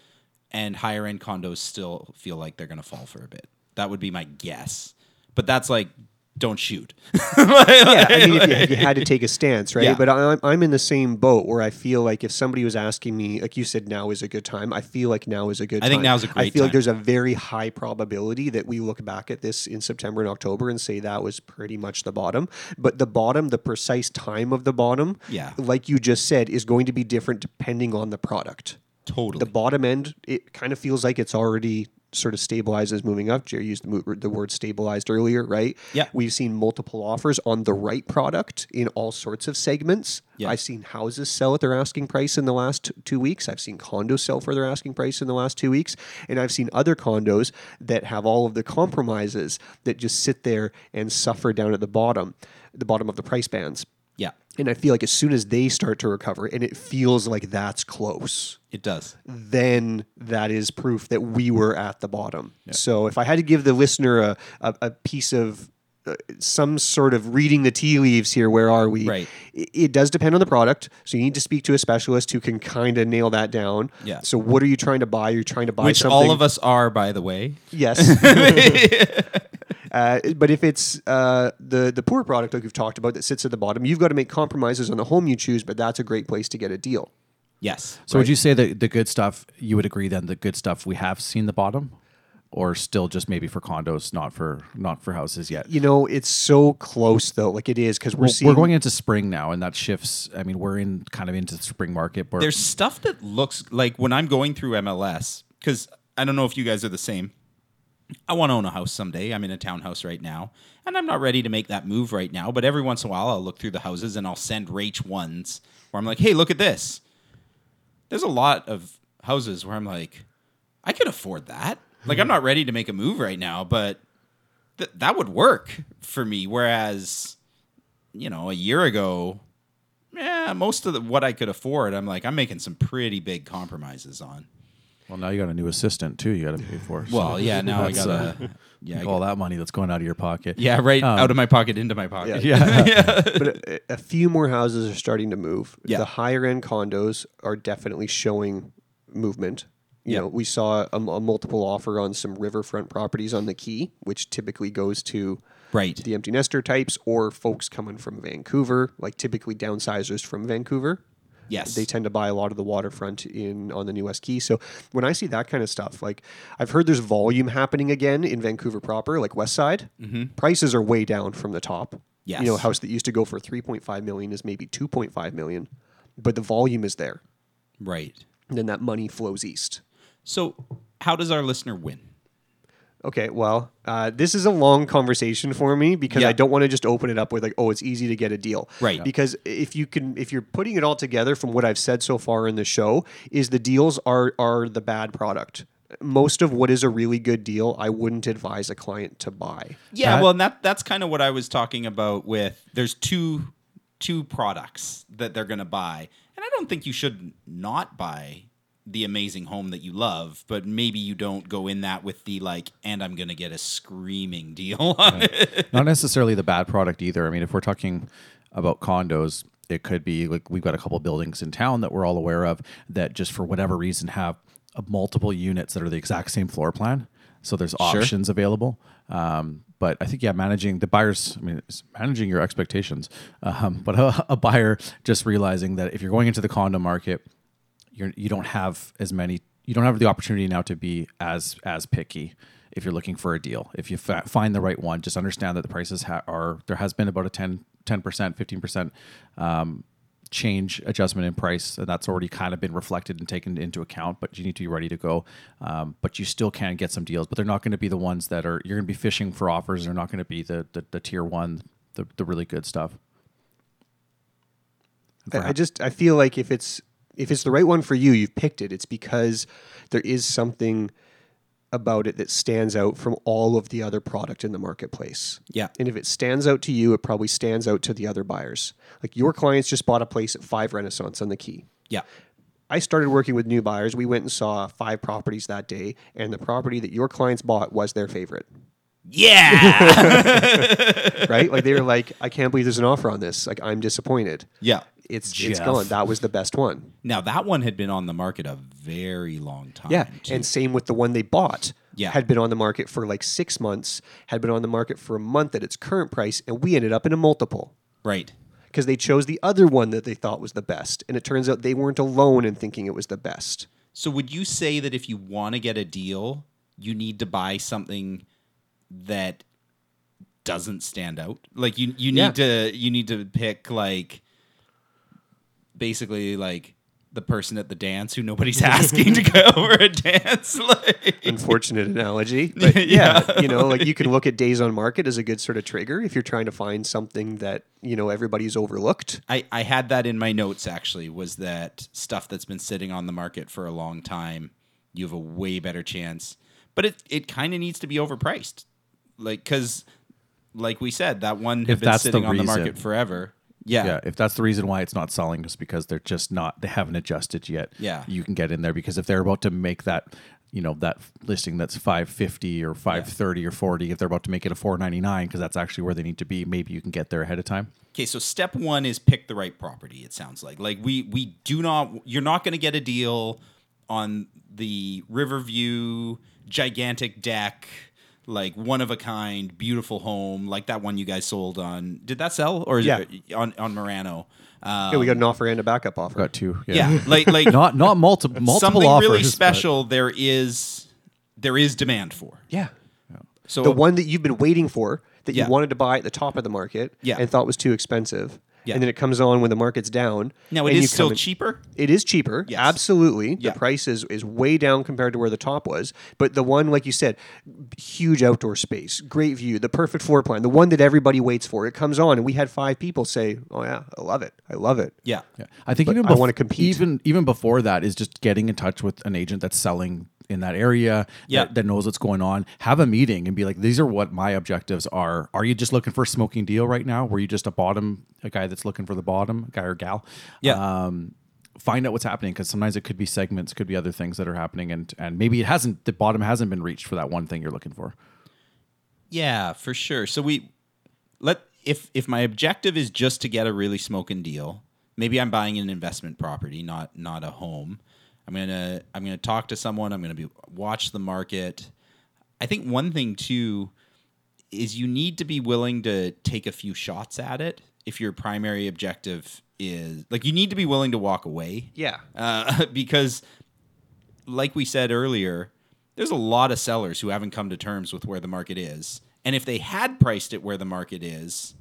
S1: And higher end condos still feel like they're going to fall for a bit. That would be my guess. But that's like, don't shoot.
S10: yeah, I mean, if you, if you had to take a stance, right?
S1: Yeah.
S10: But I'm, I'm in the same boat where I feel like if somebody was asking me, like you said, now is a good time. I feel like now is a good
S1: I
S10: time.
S1: think now's a
S10: I
S1: great
S10: feel like
S1: time.
S10: there's a very high probability that we look back at this in September and October and say that was pretty much the bottom. But the bottom, the precise time of the bottom,
S1: Yeah.
S10: like you just said, is going to be different depending on the product
S1: Totally.
S10: the bottom end, it kind of feels like it's already sort of stabilizes moving up. Jerry used the, mo- the word stabilized earlier, right?
S1: Yeah.
S10: We've seen multiple offers on the right product in all sorts of segments.
S1: Yeah.
S10: I've seen houses sell at their asking price in the last t- two weeks. I've seen condos sell for their asking price in the last two weeks. And I've seen other condos that have all of the compromises that just sit there and suffer down at the bottom, the bottom of the price bands.
S1: yeah,
S10: And I feel like as soon as they start to recover, and it feels like that's close
S1: it does.
S10: Mm-hmm. then that is proof that we were at the bottom. So if I had to give the listener a, a, a piece of uh, some sort of reading the tea leaves here, where are we?
S1: Right.
S10: It, it does depend on the product. So you need to speak to a specialist who can kind of nail that down.
S1: Yeah.
S10: So what are you trying to buy? You're trying to buy
S1: Which
S10: something.
S1: all of us are, by the way.
S10: Yes. Uh, but if it's uh, the the poor product like we've talked about that sits at the bottom, you've got to make compromises on the home you choose. But that's a great place to get a deal.
S1: Yes.
S9: So would you say that the good stuff you would agree then the good stuff we have seen the bottom or still just maybe for condos not for not for houses yet.
S10: You know, it's so close though. Like it is because we're
S9: Well,
S10: seeing
S9: we're going into spring now and that shifts I mean we're in kind of into the spring market where
S1: There's stuff that looks like when I'm going through MLS, because I don't know if you guys are the same. I want to own a house someday. I'm in a townhouse right now, and I'm not ready to make that move right now. But every once in a while, I'll look through the houses and I'll send Rach ones where I'm like, hey, look at this. There's a lot of houses where I'm like, I could afford that. Like, I'm not ready to make a move right now, but th- that would work for me. Whereas, you know, a year ago, yeah, most of the, what I could afford, I'm like, I'm making some pretty big compromises on.
S9: well now you got a new assistant too you got to pay for. so
S1: Well, yeah, now I
S9: that's, uh,
S1: gotta- yeah, I
S9: all that money that's going out of your pocket.
S1: Yeah, right
S9: Um,
S1: out of my pocket into my pocket.
S9: yeah.
S10: but a, a few more houses are starting to move.
S1: Yeah.
S10: The higher end condos are definitely showing movement. You
S1: Yeah.
S10: know, we saw a, a multiple offer on some riverfront properties on the Key, which typically goes to
S1: Right.
S10: the empty nester types or folks coming from Vancouver, like typically downsizers from Vancouver.
S1: Yes.
S10: They tend to buy a lot of the waterfront in on the new West Key. So when I see that kind of stuff, like I've heard there's volume happening again in Vancouver proper, like West Side. Prices are way down from the top. You know, a
S1: Yes.
S10: house that used to go for 3.5 million is maybe 2.5 million, but the volume is there.
S1: right.
S10: And then that money flows east.
S1: So, how does our listener win?
S10: Okay, well, uh, this is a long conversation for me because
S1: Yeah.
S10: I don't want to just open it up with like, oh, it's easy to get a deal,
S1: Right. Yeah.
S10: Because if you can, if you're putting it all together from what I've said so far in the show, is the deals are are the bad product. Most of what is a really good deal, I wouldn't advise a client to buy.
S1: Yeah,
S9: That-
S1: well, and that that's kind of what I was talking about. With there's two two products that they're going to buy, and I don't think you should not buy the amazing home that you love, but maybe you don't go in that with the like, and I'm going to get a screaming deal on it.
S9: Not necessarily the bad product either. I mean, if we're talking about condos, it could be like we've got a couple buildings in town that we're all aware of that just for whatever reason have uh, multiple units that are the exact same floor plan. So there's options available. Um, but I think yeah, managing the buyers. I mean, it's managing your expectations. Um, but a, a buyer just realizing that if you're going into the condo market, you're you don't have as many you don't have the opportunity now to be as as picky if you're looking for a deal if you fa- find the right one just understand that the prices ha- are there has been about a 10 percent 15% um, change adjustment in price and that's already kind of been reflected and taken into account but you need to be ready to go um, but you still can get some deals but they're not going to be the ones that are you're going to be fishing for offers they're not going to be the, the the tier one the, the really good stuff
S10: I, I just I feel like if it's if it's the right one for you, you've picked it. It's because there is something about it that stands out from all of the other product in the marketplace.
S1: Yeah.
S10: And if it stands out to you, it probably stands out to the other buyers. Like your clients just bought a place at 5 Renaissance on the Key.
S1: yeah,
S10: I started working with new buyers. We went and saw five properties that day, and the property that your clients bought was their favorite.
S1: yeah,
S10: Right? like they were like, I can't believe there's an offer on this. Like I'm disappointed.
S1: yeah.
S10: It's it's
S9: Jeff.
S10: gone. That was the best one.
S1: Now that one had been on the market a very long time.
S10: Yeah,
S1: too.
S10: and same with the one they bought.
S1: Yeah.
S10: had been on the market for like six months, had been on the market for a month at its current price, and we ended up in a multiple
S1: right.
S10: because they chose the other one that they thought was the best, and it turns out they weren't alone in thinking it was the best.
S1: So would you say that if you want to get a deal, you need to buy something that doesn't stand out? Like you you need to
S10: Yeah.
S1: you need to pick like basically like the person at the dance who nobody's asking to go over a dance like
S10: Unfortunate analogy, but yeah, you know, like you can look at days on market as a good sort of trigger if you're trying to find something that you know everybody's overlooked.
S1: I, I had that in my notes actually was that stuff that's been sitting on the market for a long time you have a way better chance but it it kind of needs to be overpriced like because like we said that one had
S9: If
S1: been
S9: that's the
S1: sitting on the
S9: reason.
S1: market forever yeah,
S9: yeah if that's the reason why it's not selling just because they're just not they haven't adjusted yet
S1: Yeah.
S9: you can get in there because if they're about to make that you know that listing that's 550 or 530 or 40 if they're about to make it a 499 because that's actually where they need to be maybe you can get there ahead of time
S1: okay so step one is pick the right property it sounds like like we we do not you're not going to get a deal on the riverview gigantic deck like one of a kind beautiful home like that one you guys sold on did that sell or is
S10: Yeah.
S1: it on on Morano um,
S10: Yeah, we got an offer and a backup offer.
S9: got two
S1: yeah like like
S9: not not multiple multiple
S1: something
S9: offers
S1: really
S9: but-
S1: special there is there is demand for
S10: Yeah,
S1: so
S10: the one that you've been waiting for that
S1: Yeah.
S10: you wanted to buy at the top of the market
S1: Yeah.
S10: and thought was too expensive.
S1: Yeah.
S10: And then it comes on when the market's down.
S1: now it
S10: and you
S1: is still
S10: come in-
S1: cheaper
S10: It is cheaper,
S1: Yes.
S10: absolutely.
S1: Yeah.
S10: The price is, is way down compared to where the top was. But the one, like you said, huge outdoor space, great view, the perfect floor plan, the one that everybody waits for. It comes on, and we had five people say, "Oh yeah, I love it, I love it."
S1: yeah
S9: Yeah. I think
S10: But
S9: even
S10: I wanna compete.
S9: Even even before that is just getting in touch with an agent that's selling in that area
S1: Yeah.
S9: that, that knows what's going on. Have a meeting and be like, these are what my objectives are. Are you just looking for a smoking deal right now? Were you just a bottom a guy that's looking for the bottom, guy or gal?
S1: Yeah.
S9: Um find out what's happening because sometimes it could be segments, could be other things that are happening and and maybe it hasn't the bottom hasn't been reached for that one thing you're looking for.
S1: Yeah, for sure. So we let if if my objective is just to get a really smoking deal, maybe I'm buying an investment property, not not a home. I'm gonna I'm gonna talk to someone. I'm gonna be watch the market. I think one thing too is you need to be willing to take a few shots at it if your primary objective is like you need to be willing to walk away.
S10: Yeah.
S1: Uh, because like we said earlier, there's a lot of sellers who haven't come to terms with where the market is. And if they had priced it where the market is,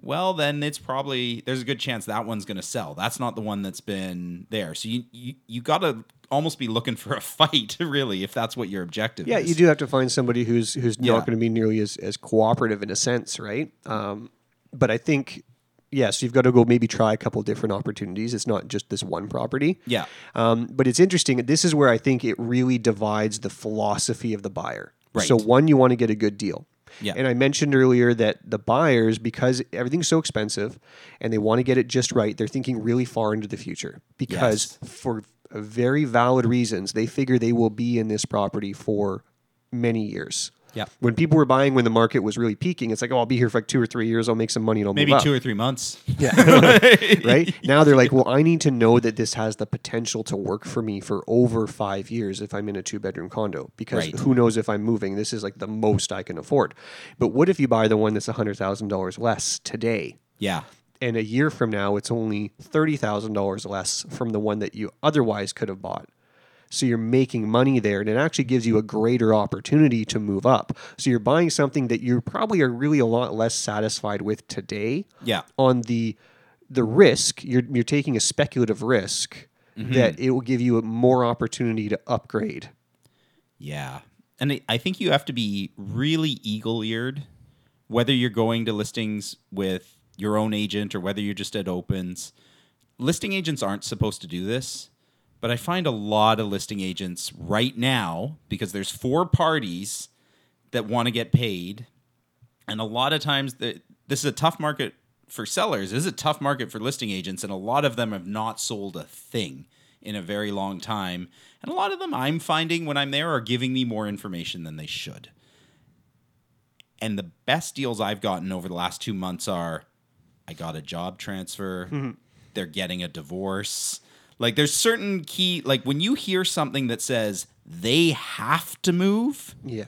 S1: well, then it's probably there's a good chance that one's going to sell. That's not the one that's been there. So you you, you got to almost be looking for a fight, really, if that's what your objective
S10: Yeah,
S1: is.
S10: you do have to find somebody who's who's
S1: Yeah.
S10: not going to be nearly as, as cooperative in a sense, right? Um, but I think yes, you've got to go maybe try a couple different opportunities. It's not just this one property.
S1: Yeah.
S10: Um, but it's interesting. This is where I think it really divides the philosophy of the buyer.
S1: Right.
S10: So one, you want to get a good deal.
S1: Yeah.
S10: And I mentioned earlier that the buyers, because everything's so expensive and they want to get it just right, they're thinking really far into the future because for very valid reasons, they figure they will be in this property for many years.
S1: Yeah.
S10: When people were buying when the market was really peaking, it's like, oh, I'll be here for like two or three years. I'll make some money and I'll
S1: Maybe
S10: move up
S1: two or three months.
S10: right now they're like well i need to know that this has the potential to work for me for over five years if i'm in a two bedroom condo because
S1: Right.
S10: who knows if i'm moving this is like the most i can afford but what if you buy the one that's $100000 less today
S1: Yeah.
S10: and a year from now it's only $30000 less from the one that you otherwise could have bought so you're making money there and it actually gives you a greater opportunity to move up so you're buying something that you probably are really a lot less satisfied with today
S1: Yeah.
S10: on the the risk you're you're taking a speculative risk
S1: Mm-hmm.
S10: that it will give you a more opportunity to upgrade
S1: Yeah. And I- I think you have to be really eagle eared, whether you're going to listings with your own agent or whether you're just at opens. Listing agents aren't supposed to do this, but I find a lot of listing agents right now, because there's four parties that want to get paid. And a lot of times, the, this is a tough market for sellers. This is a tough market for listing agents, and a lot of them have not sold a thing in a very long time. And a lot of them I'm finding when I'm there are giving me more information than they should. And the best deals I've gotten over the last two months are I got a job transfer, they're getting a divorce. Like, there's certain key, like, when you hear something that says they have to move,
S10: yeah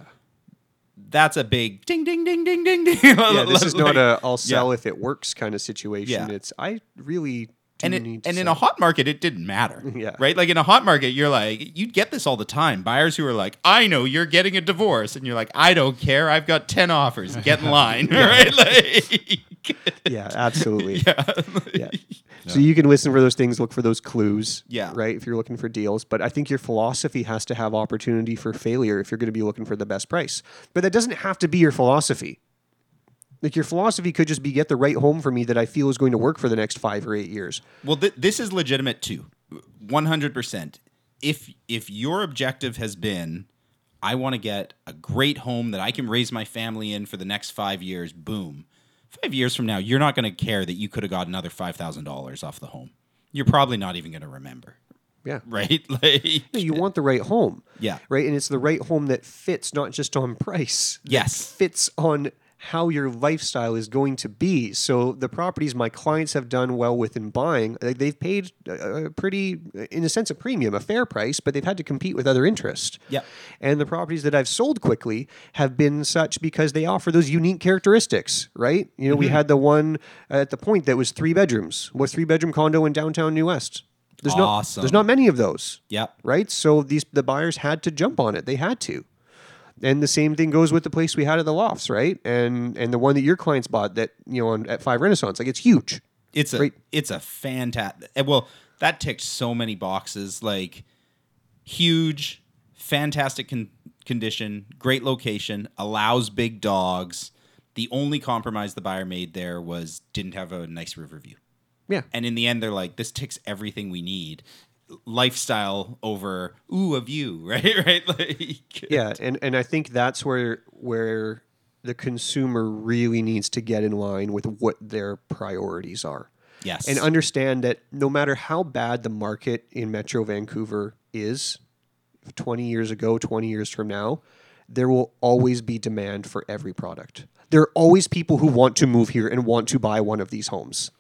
S1: that's a big ding ding ding ding ding ding. yeah,
S10: yeah this is not a "Oh, i'll sell if it works kind of situation
S1: Yeah.
S10: it's i really do
S1: and it,
S10: need
S1: and
S10: to
S1: in
S10: sell.
S1: a hot market it didn't matter.
S10: Yeah.
S1: Right? Like in a hot market you're like you'd get this all the time. Buyers who are like, "I know you're getting a divorce." And you're like, "I don't care. I've got 10 offers. Get in line." right? Like
S10: yeah absolutely yeah. so you can listen for those things look for those clues
S1: Yeah.
S10: right if you're looking for deals but i think your philosophy has to have opportunity for failure if you're going to be looking for the best price but that doesn't have to be your philosophy like your philosophy could just be get the right home for me that i feel is going to work for the next five or eight years
S1: Well, th- this is legitimate too, one hundred percent. If if your objective has been, I want to get a great home that I can raise my family in for the next five years. Boom. Five years from now, you're not going to care that you could have got another five thousand dollars off the home. You're probably not even going to remember,
S10: yeah
S1: right? like,
S10: No, you want the right home.
S1: Yeah.
S10: Right. And it's the right home that fits not just on price. that
S1: Yes.
S10: Fits on how your lifestyle is going to be. So the properties my clients have done well with in buying, like, they've paid a a pretty, in a sense, a premium, a fair price, but they've had to compete with other interest.
S1: Yeah.
S10: And the properties that I've sold quickly have been such because they offer those unique characteristics, right? You know,
S1: Mm-hmm.
S10: we had the one at the point that was three bedrooms, was three bedroom condo in downtown New West. There's
S1: Awesome.
S10: not there's not many of those
S1: yep,
S10: right? So these the buyers had to jump on it. They had to. And the same thing goes with the place we had at the lofts, right? And and the one that your clients bought that you know on, at Five Renaissance, like it's huge.
S1: it's a
S10: Right.
S1: it's a fantastic. Well, that ticked so many boxes. Like huge, fantastic con- condition, great location, allows big dogs. The only compromise the buyer made there was didn't have a nice river view.
S10: Yeah,
S1: And in the end, they're like, this ticks everything we need. Lifestyle over ooh a view, right? right? Like
S10: yeah. And and I think that's where where the consumer really needs to get in line with what their priorities are.
S1: Yes.
S10: and understand that no matter how bad the market in Metro Vancouver is 20 years ago, 20 years from now, there will always be demand for every product. There are always people who want to move here and want to buy one of these homes.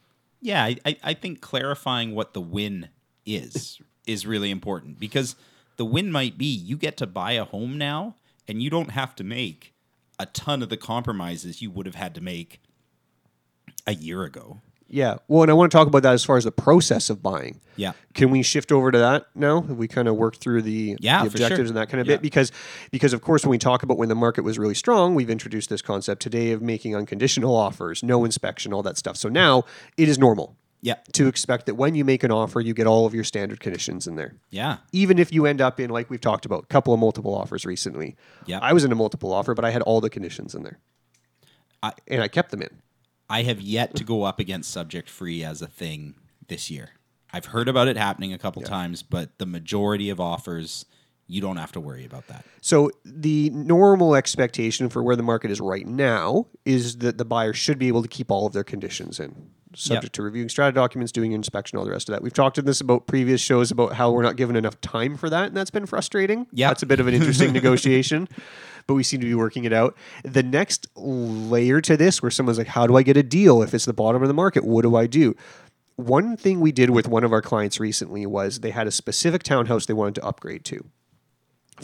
S1: yeah I, I- I think clarifying what the win is is really important because the win might be you get to buy a home now and you don't have to make a ton of the compromises you would have had to make a year ago
S10: Yeah. Well, and I want to talk about that as far as the process of buying.
S1: Yeah.
S10: Can we shift over to that now? Have We kind of worked through the,
S1: Yeah,
S10: the
S1: for sure.
S10: objectives and that kind of
S1: Yeah.
S10: bit because because of course when we talk about when the market was really strong, we've introduced this concept today of making unconditional offers, no inspection, all that stuff. So now it is normal.
S1: Yeah.
S10: to expect that when you make an offer, you get all of your standard conditions in there.
S1: Yeah.
S10: Even if you end up in, like we've talked about, a couple of multiple offers recently.
S1: Yeah.
S10: I was in a multiple offer, but I had all the conditions in there.
S1: I-
S10: and I kept them in.
S1: I have yet to go up against subject free as a thing this year. I've heard about it happening a couple times, but the majority of offers, you don't have to worry about that.
S10: So the normal expectation for where the market is right now is that the buyer should be able to keep all of their conditions in, subject to reviewing strata documents, doing inspection, all the rest of that. We've talked to this about previous shows about how we're not given enough time for that, and that's been frustrating.
S1: Yeah.
S10: that's a bit of an interesting negotiation, but we seem to be working it out. The next layer to this, where someone's like, "How do I get a deal if it's the bottom of the market? What do I do?" One thing we did with one of our clients recently was they had a specific townhouse they wanted to upgrade to.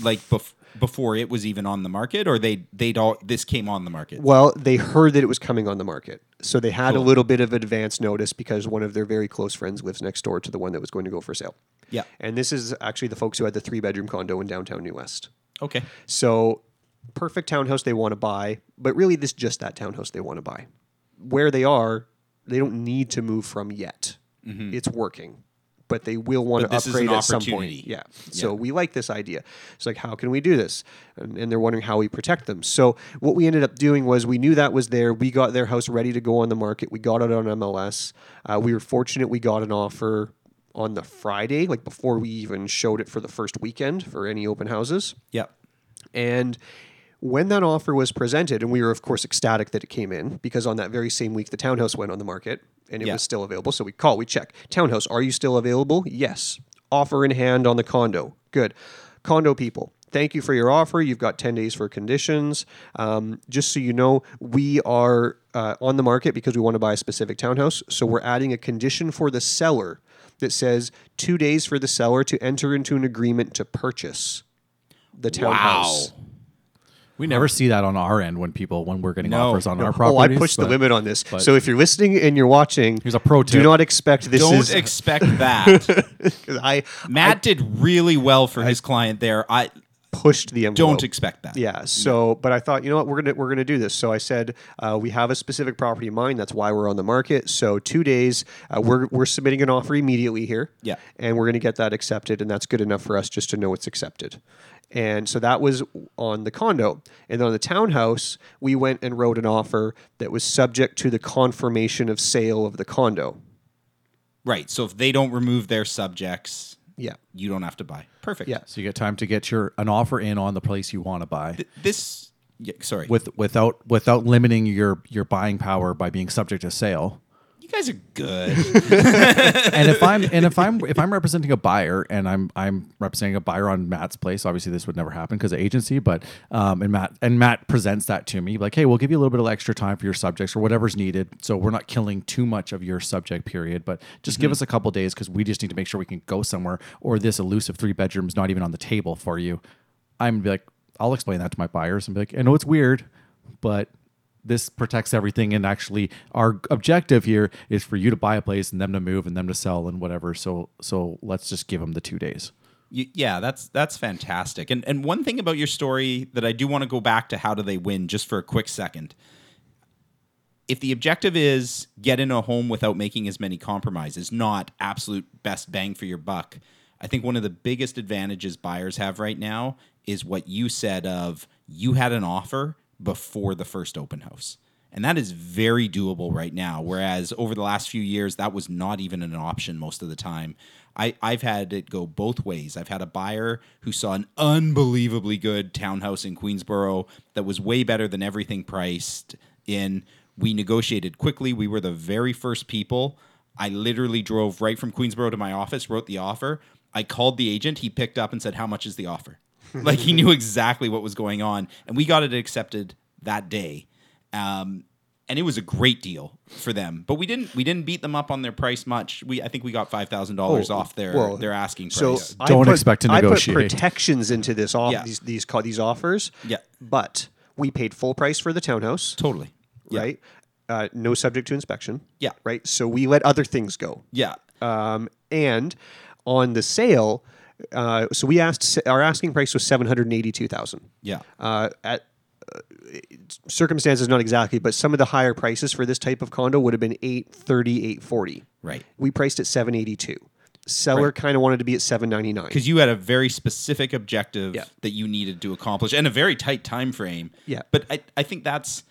S1: Like bef- before it was even on the market, or they they'd all this came on the market.
S10: Well, they heard that it was coming on the market. So they had
S1: Cool.
S10: a little bit of advance notice because one of their very close friends lives next door to the one that was going to go for sale.
S1: Yeah.
S10: And this is actually the folks who had the three bedroom condo in downtown New West.
S1: Okay.
S10: So perfect townhouse they want to buy, but really this is just that townhouse they want to buy. Where they are, they don't need to move from yet. It's working. But they will want
S1: Mm-hmm. But
S10: to
S1: this is
S10: upgrade
S1: an
S10: at some point.
S1: opportunity.
S10: Yeah. So we like this idea. It's like, how can we do this? And, and they're wondering how we protect them. So what we ended up doing was we knew that was there. We got their house ready to go on the market. We got it on MLS. Uh, we were fortunate we got an offer on the Friday, like before we even showed it for the first weekend for any open houses.
S1: Yeah.
S10: And when that offer was presented, and we were, of course, ecstatic that it came in because on that very same week, the townhouse went on the market and it
S1: Yeah.
S10: was still available. So we call, we check. Townhouse, are you still available? Yes. Offer in hand on the condo. Good. Condo people, thank you for your offer. You've got 10 days for conditions. Um, just so you know, we are uh, on the market because we want to buy a specific townhouse. So we're adding a condition for the seller that says two days for the seller to enter into an agreement to purchase the townhouse.
S9: We never see that on our end when people when we're getting
S1: No.
S9: offers on our
S10: Oh, I
S9: properties.
S10: pushed the
S9: but-
S10: limit on this.
S9: but-
S10: So if you're listening and you're watching,
S9: Here's a pro
S10: Do
S9: tip.
S10: not expect this
S1: Don't
S10: is
S1: expect that.
S10: 'cause I
S1: Matt did really well for his client there. I
S10: pushed the envelope.
S1: don't expect that.
S10: Yeah. So, but I thought, you know what, we're gonna we're gonna do this. So I said, uh, we have a specific property in mind. That's why we're on the market. So two days, uh, we're we're submitting an offer immediately here.
S1: Yeah.
S10: And we're gonna get that accepted, and that's good enough for us just to know it's accepted. And so that was on the condo, and then on the townhouse, we went and wrote an offer that was subject to the confirmation of sale of the condo.
S1: Right. So if they don't remove their subjects,
S10: Yeah.
S1: you don't have to buy. Perfect.
S10: Yeah.
S9: So you get time to get your an offer in on the place you want to buy
S1: This. Yeah, sorry.
S9: with without without limiting your your buying power by being subject to sale.
S1: you guys are good.
S9: and if I'm and if I'm if I'm representing a buyer and I'm I'm representing a buyer on Matt's place, obviously this would never happen because of agency. But um, and Matt and Matt presents that to me like, hey, we'll give you a little bit of extra time for your subjects or whatever's needed, so we're not killing too much of your subject period. But just give us a couple days because we just need to make sure we can go somewhere or this elusive three bedrooms not even on the table for you. I'm gonna be like, I'll explain that to my buyers and be like, I know it's weird, but this protects everything and actually our objective here is for you to buy a place and them to move and them to sell and whatever so so let's just give them the two days
S1: You, yeah, that's that's fantastic. And and one thing about your story that I do want to go back to how do they win just for a quick second. If the objective is get in a home without making as many compromises, not absolute best bang for your buck, I think one of the biggest advantages buyers have right now is what you said of you had an offer before the first open house. And that is very doable right now. Whereas over the last few years, that was not even an option most of the time. I, I've had it go both ways. I've had a buyer who saw an unbelievably good townhouse in Queensboro that was way better than everything priced in. We negotiated quickly. We were the very first people. I literally drove right from Queensboro to my office, wrote the offer. I called the agent. He picked up and said, How much is the offer? like he knew exactly what was going on. And we got it accepted that day um, and it was a great deal for them. But we didn't we didn't beat them up on their price much. We I think we got five thousand dollars
S10: Oh,
S1: off their
S10: well,
S1: their asking
S10: So
S1: price.
S10: I
S9: Don't
S10: put-
S9: expect to
S10: I
S9: negotiate.
S10: put protections into this off
S1: Yeah.
S10: these these co- these offers.
S1: Yeah.
S10: but we paid full price for the townhouse,
S1: totally. Yeah.
S10: right? Uh, no subject to inspection.
S1: Yeah.
S10: right. So we let other things go.
S1: Yeah.
S10: Um, and on the sale, uh, so we asked our asking price was seven hundred eighty two thousand.
S1: Yeah.
S10: Uh, at circumstances not exactly, but some of the higher prices for this type of condo would have been 830, 840.
S1: Right.
S10: We priced at 782. Seller kind of wanted to be at 799.
S1: because you had a very specific objective
S10: Yeah.
S1: that you needed to accomplish and a very tight time frame
S10: Yeah.
S1: but I, I think that's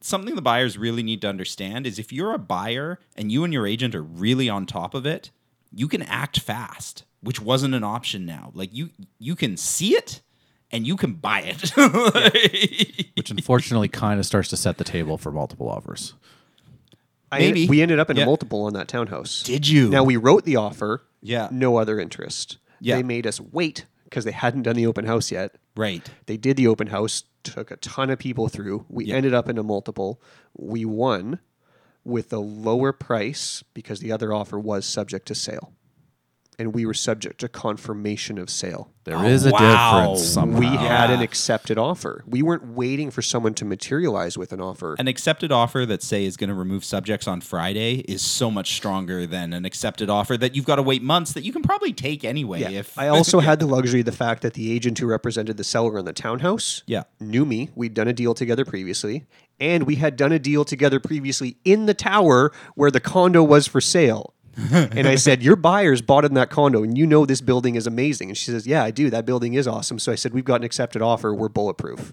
S1: something the buyers really need to understand is if you're a buyer and you and your agent are really on top of it you can act fast which wasn't an option now like you you can see it and you can buy it
S9: which unfortunately kind of starts to set the table for multiple offers.
S10: I-
S1: maybe.
S10: we ended up in
S1: Yeah.
S10: a multiple on that townhouse.
S1: Did you?
S10: Now we wrote the offer.
S1: Yeah.
S10: No other interest.
S1: Yeah.
S10: They made us wait because they hadn't done the open house yet.
S1: right
S10: They did the open house, took a ton of people through. We ended up in a multiple. We won with a lower price because the other offer was subject to sale. And we were subject to confirmation of sale.
S9: There is a
S1: wow.
S9: difference somehow.
S10: We had
S1: Ah.
S10: an accepted offer. We weren't waiting for someone to materialize with an offer.
S1: an accepted offer that say is going to remove subjects on Friday is so much stronger than an accepted offer that you've got to wait months that you can probably take anyway.
S10: Yeah.
S1: If
S10: I also had the luxury of the fact that the agent who represented the seller on the townhouse
S1: Yeah.
S10: knew me. We'd done a deal together previously, and we had done a deal together previously in the tower where the condo was for sale. and I said, Your buyers bought in that condo, and you know this building is amazing. And she says, Yeah, I do. That building is awesome. So I said, We've got an accepted offer. We're bulletproof.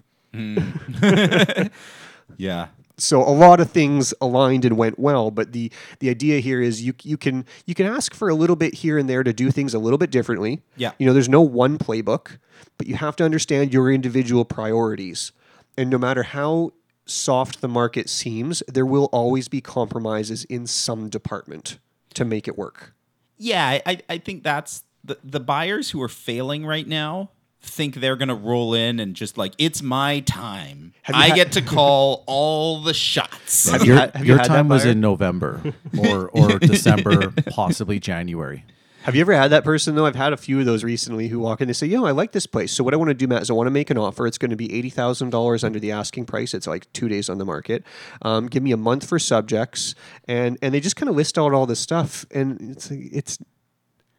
S1: yeah,
S10: so a lot of things aligned and went well but the the idea here is you you can you can ask for a little bit here and there to do things a little bit differently
S1: Yeah.
S10: you know there's no one playbook but you have to understand your individual priorities and no matter how soft the market seems there will always be compromises in some department to make it work
S1: yeah, I, I think that's the the buyers who are failing right now think they're going to roll in and just like it's my time.
S10: Have you
S1: I
S10: had-
S1: get to call all the shots.
S10: Have you
S9: your
S10: had- have you
S9: your
S10: had that
S9: time was
S10: buyer?
S9: in November or or December, possibly January.
S10: Have you ever had that person though? I've had a few of those recently who walk in. They say, "Yo, I like this place. So what I want to do, Matt, is I want to make an offer. It's going to be eighty thousand dollars under the asking price. It's like two days on the market. Um, give me a month for subjects, and and they just kind of list out all this stuff. And it's like, it's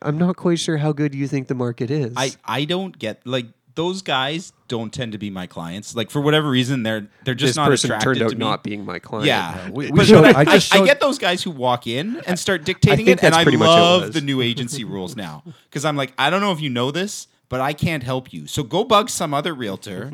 S10: I'm not quite sure how good you think the market is.
S1: I I don't get like those guys don't tend to be my clients. Like for whatever reason, they're they're just
S10: this
S1: not
S10: person
S1: attracted
S10: turned out
S1: to me.
S10: not being my client.
S1: Yeah,
S9: we- we
S1: But
S9: showed-
S1: I,
S9: I just
S1: I- I
S9: showed-
S1: get those guys who walk in and start dictating
S10: think
S1: it, and
S10: that's
S1: I
S10: pretty much what it
S1: love
S10: was.
S1: the new agency rules now because I'm like, I don't know if you know this, but I can't help you. So go bug some other realtor,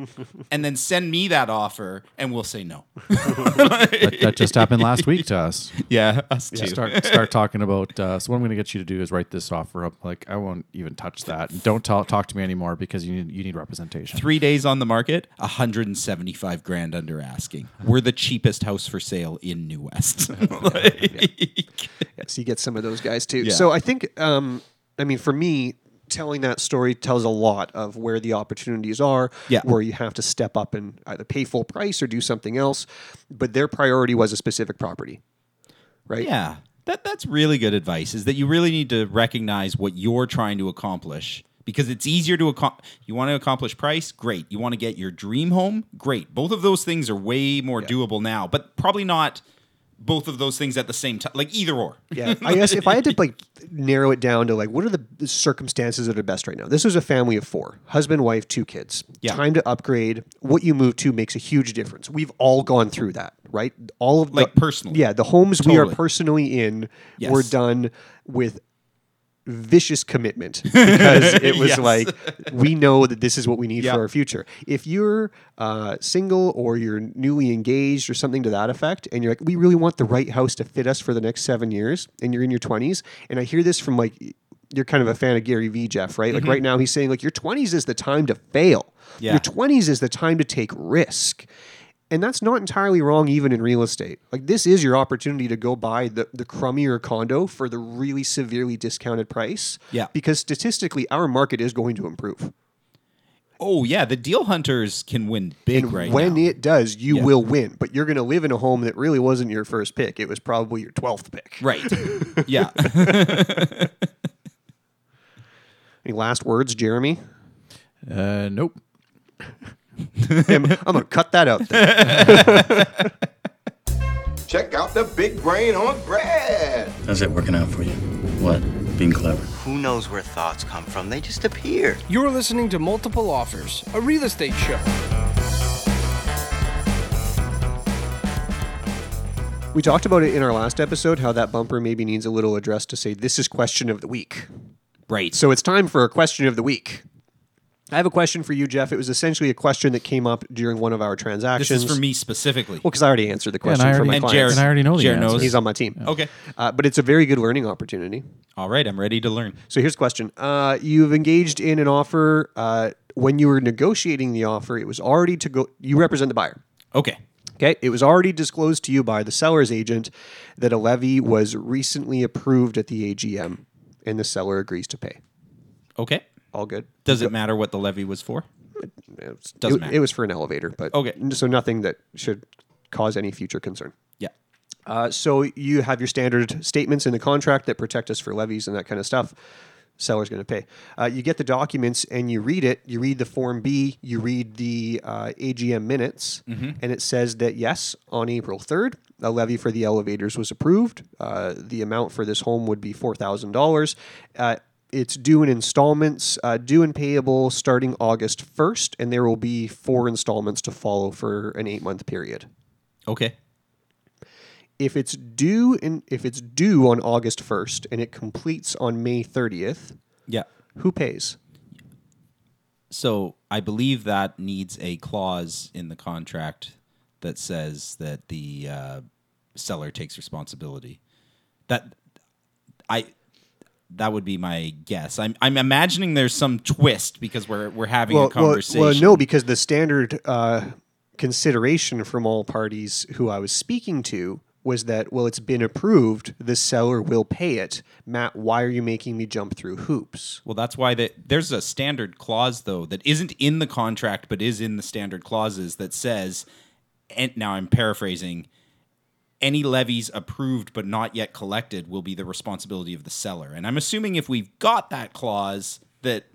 S1: and then send me that offer, and we'll say no.
S9: That, that just happened last week to us.
S1: Yeah, us too.
S9: Start start talking about. Uh, so what I'm going to get you to do is write this offer up. Like I won't even touch that. And don't talk talk to me anymore because you need you need representation.
S1: Three days on the market, 175 grand under asking. We're the cheapest house for sale in New West. Like-
S10: So you get some of those guys too.
S1: Yeah.
S10: So I think, um, I mean, for me, telling that story tells a lot of where the opportunities are,
S1: Yeah.
S10: where you have to step up and either pay full price or do something else. But their priority was a specific property, right?
S1: Yeah. That that's really good advice is that you really need to recognize what you're trying to accomplish because it's easier to accom- you want to accomplish price, great. You want to get your dream home, great. Both of those things are way more doable now, but probably not both of those things at the same time, like either or.
S10: Yeah, I guess if I had to like narrow it down to like what are the circumstances that are best right now? This was a family of four, husband, wife, two kids.
S1: Yeah.
S10: Time to upgrade. What you move to makes a huge difference. We've all gone through that, right? All of the-
S1: Like, personally.
S10: Yeah, the homes we are
S1: Totally.
S10: personally in
S1: Yes.
S10: were done with vicious commitment because it was
S1: Yes.
S10: like we know that this is what we need
S1: Yeah.
S10: for our future. If you're uh, single or you're newly engaged or something to that effect, and you're like, we really want the right house to fit us for the next seven years, and you're in your 20s, and I hear this from like, you're kind of a fan of Gary Vee, Jeff, right?
S1: Mm-hmm.
S10: Like right now, he's saying like your 20s is the time to fail.
S1: Yeah.
S10: Your 20s is the time to take risk. And that's not entirely wrong, even in real estate. Like, this is your opportunity to go buy the, the crummier condo for the really severely discounted price.
S1: Yeah.
S10: Because statistically, our market is going to improve.
S1: Oh yeah, the deal hunters can win big right
S10: when
S1: now.
S10: it does, you
S1: Yeah.
S10: will win, but you're going to live in a home that really wasn't your first pick. It was probably your 12th pick.
S1: right. Yeah.
S10: Any last words, Jeremy?
S9: Uh, nope.
S10: I'm, I'm going to cut that out. there.
S12: Check out the big brain on Brad.
S2: How's it working out for you? What? Being clever.
S12: Who knows where thoughts come from? They just appear.
S8: You're listening to Multiple Offers, a real estate show.
S10: We talked about it in our last episode how that bumper maybe needs a little address to say this is question of the week.
S1: Right.
S10: So it's time for a question of the week. I have a question for you, Jeff. It was essentially a question that came up during one of our
S1: This
S10: transactions.
S1: is for me specifically.
S10: Well, because I already answered the
S1: Yeah, and
S10: question
S1: I
S10: from my
S1: already- And
S10: clients.
S1: Jared- and I already know the Jared answer. knows.
S10: He's on my team.
S1: Okay.
S10: Uh, but it's a very good learning opportunity.
S1: All right, I'm ready to learn.
S10: So here's a question. Uh, you've engaged in an offer. Uh, when you were negotiating the offer, it was already to go. You represent the buyer.
S1: Okay.
S10: Okay. It was already disclosed to you by the seller's agent that a levy was recently approved at the AGM, and the seller agrees to pay.
S1: Okay.
S10: All good.
S1: Does it matter what the levy was for? Doesn't
S10: it,
S1: matter.
S10: it was for an elevator, but
S1: Okay.
S10: So nothing that should cause any future concern.
S1: Yeah.
S10: Uh, so you have your standard statements in the contract that protect us for levies and that kind of stuff. Seller's going to pay. Uh, you get the documents and you read it. You read the Form B. You read the uh, AGM minutes,
S13: Mhm.
S10: and it says that yes, on April third, a levy for the elevators was approved. Uh, the amount for this home would be four thousand dollars. Uh, It's due in installments, uh, due and payable starting August first, and there will be four installments to follow for an eight-month period
S1: Okay.
S10: if it's due in if it's due on August 1st and it completes on May 30th,
S1: Yeah.
S10: who pays?
S1: So I believe that needs a clause in the contract that says that the uh, seller takes responsibility. That I that would be my guess. I'm I'm imagining there's some twist because we're we're having a conversation.
S10: well, no, because the standard uh, consideration from all parties who I was speaking to was that well, it's been approved. The seller will pay it. Matt, why are you making me jump through hoops?
S1: Well, that's why that there's a standard clause though that isn't in the contract but is in the standard clauses that says, and now I'm paraphrasing, any levies approved but not yet collected will be the responsibility of the seller. And I'm assuming if we've got that clause that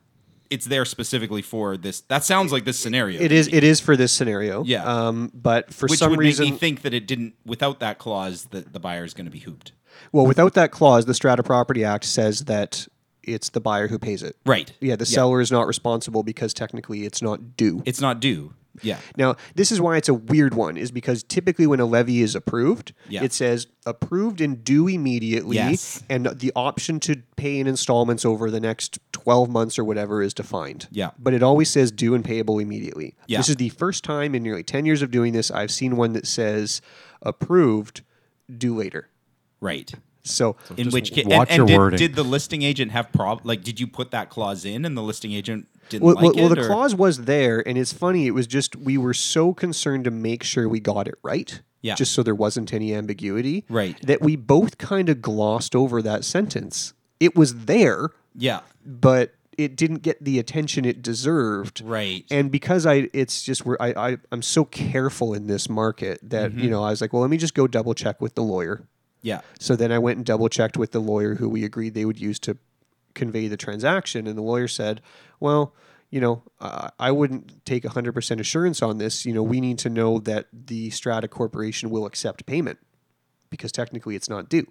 S1: it's there specifically for this. That sounds like this scenario.
S10: It is. It is for this scenario.
S1: Yeah.
S10: Um, but for
S1: Which
S10: some
S1: would
S10: reason,
S1: make me think that it didn't without that clause that the buyer is going to be hooped.
S10: Well, without that clause, the Strata Property Act says that it's the buyer who pays it.
S1: Right.
S10: Yeah, the
S1: Yeah.
S10: seller is not responsible because technically it's not due.
S1: It's not due. Yeah.
S10: Now, this is why it's a weird one, is because typically when a levy is approved,
S1: Yeah.
S10: it says approved and due immediately,
S1: Yes.
S10: and the option to pay in installments over the next 12 months or whatever is defined.
S1: Yeah.
S10: But it always says due and payable immediately.
S1: Yeah.
S10: This is the first time in nearly 10 years of doing this I've seen one that says approved, due later.
S1: Right.
S10: So,
S1: in which case,
S10: watch
S1: and,
S10: your
S1: and did,
S10: wording.
S1: did the listing agent have prob? Like, did you put that clause in, and the listing agent didn't
S10: well,
S1: like
S10: well, well,
S1: it?
S10: the
S1: or-
S10: clause was there, and it's funny. It was just we were so concerned to make sure we got it right,
S1: Yeah.
S10: just so there wasn't any ambiguity,
S1: Right.
S10: That we both kind of glossed over that sentence. It was there,
S1: yeah,
S10: but it didn't get the attention it deserved,
S1: right.
S10: And because I, it's just where I, I, I'm so careful in this market that you
S1: Mhm.
S10: know I was like, well, let me just go double check with the lawyer.
S1: Yeah,
S10: So then I went and double checked with the lawyer who we agreed they would use to convey the transaction. And the lawyer said, well, you know, uh, I wouldn't take 100% assurance on this. You know, we need to know that the Strata Corporation will accept payment because technically it's not due.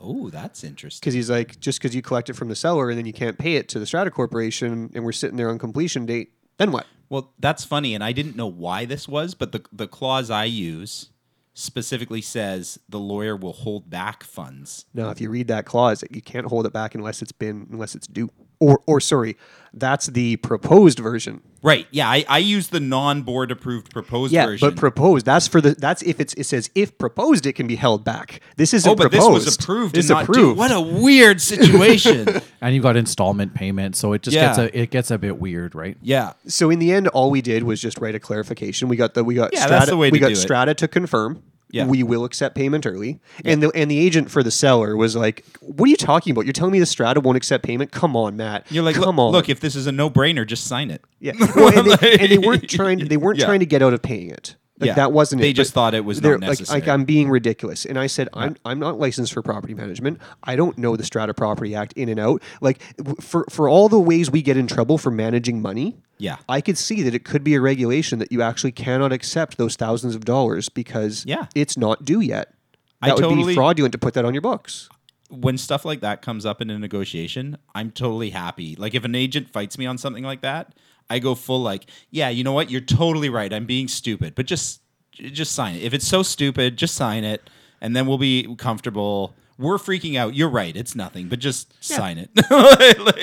S1: Oh, that's interesting.
S10: Because he's like, just because you collect it from the seller and then you can't pay it to the Strata Corporation and we're sitting there on completion date, then what?
S1: Well, that's funny, and I didn't know why this was, but the the clause I use specifically says the lawyer will hold back funds.
S10: No, if you read that clause, you can't hold it back unless it's been, unless it's due. Or, or sorry, that's the proposed version.
S1: Right. Yeah, I, I use the non board approved proposed
S10: yeah,
S1: version.
S10: but proposed. That's for the. That's if it's. It says if proposed, it can be held back. This isn't
S1: oh, but
S10: proposed.
S1: this was approved
S10: This
S1: and not due.
S10: approved.
S1: What a weird situation.
S9: and you've got installment payment, so it just
S10: Yeah.
S9: gets a it gets a bit weird, right?
S1: Yeah.
S10: So in the end, all we did was just write a clarification. We got the. We got.
S9: Yeah,
S10: Strata,
S9: that's the way
S10: We
S9: to
S10: got
S9: do it.
S10: Strata to confirm.
S9: Yeah.
S10: We will accept payment early, and the and the agent for the seller was like, "What are you talking about? You're telling me the Strata won't accept payment? Come on, Matt.
S1: You're like,
S10: come
S1: look,
S10: on.
S1: look, if this is a no brainer, just sign it.
S10: Yeah. Well, and, they, and they weren't trying. To, they weren't
S1: Yeah.
S10: trying to get out of paying it. Like,
S1: Yeah.
S10: That wasn't
S1: They
S10: it.
S1: just
S10: but
S1: thought it was
S10: they're
S1: not
S10: like-
S1: necessary.
S10: Like, I'm being ridiculous, and I said I'm I'm not licensed for property management. I don't know the Strata Property Act in and out. Like w- for for all the ways we get in trouble for managing money.
S1: Yeah.
S10: I could see that it could be a regulation that you actually cannot accept those thousands of dollars because
S1: Yeah.
S10: it's not due yet.
S1: I
S10: That would
S1: totally-
S10: be fraudulent to put that on your books.
S1: when stuff like that comes up in a negotiation, I'm totally happy. Like if an agent fights me on something like that, I go full like, yeah, you know what? You're totally right. I'm being stupid, but just j- just sign it. If it's so stupid, just sign it, and then we'll be comfortable. We're freaking out. You're right. It's nothing, but just sign it.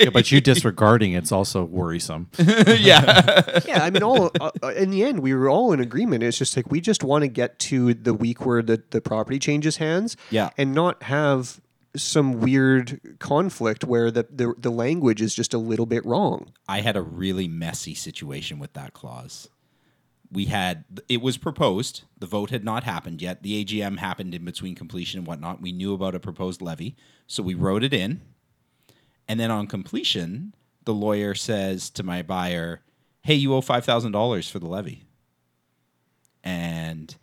S9: Yeah, but you disregarding it's also worrisome.
S1: yeah.
S10: yeah, I mean, all uh, uh, in the end, we were all in agreement. It's just like we just want to get to the week where the, the property changes hands,
S1: Yeah.
S10: and not have some weird conflict where the, the the language is just a little bit wrong.
S1: I had a really messy situation with that clause. We had it was proposed. The vote had not happened yet. The AGM happened in between completion and whatnot. We knew about a proposed levy, so we wrote it in. And then on completion, the lawyer says to my buyer, "Hey, you owe five thousand dollars for the levy." And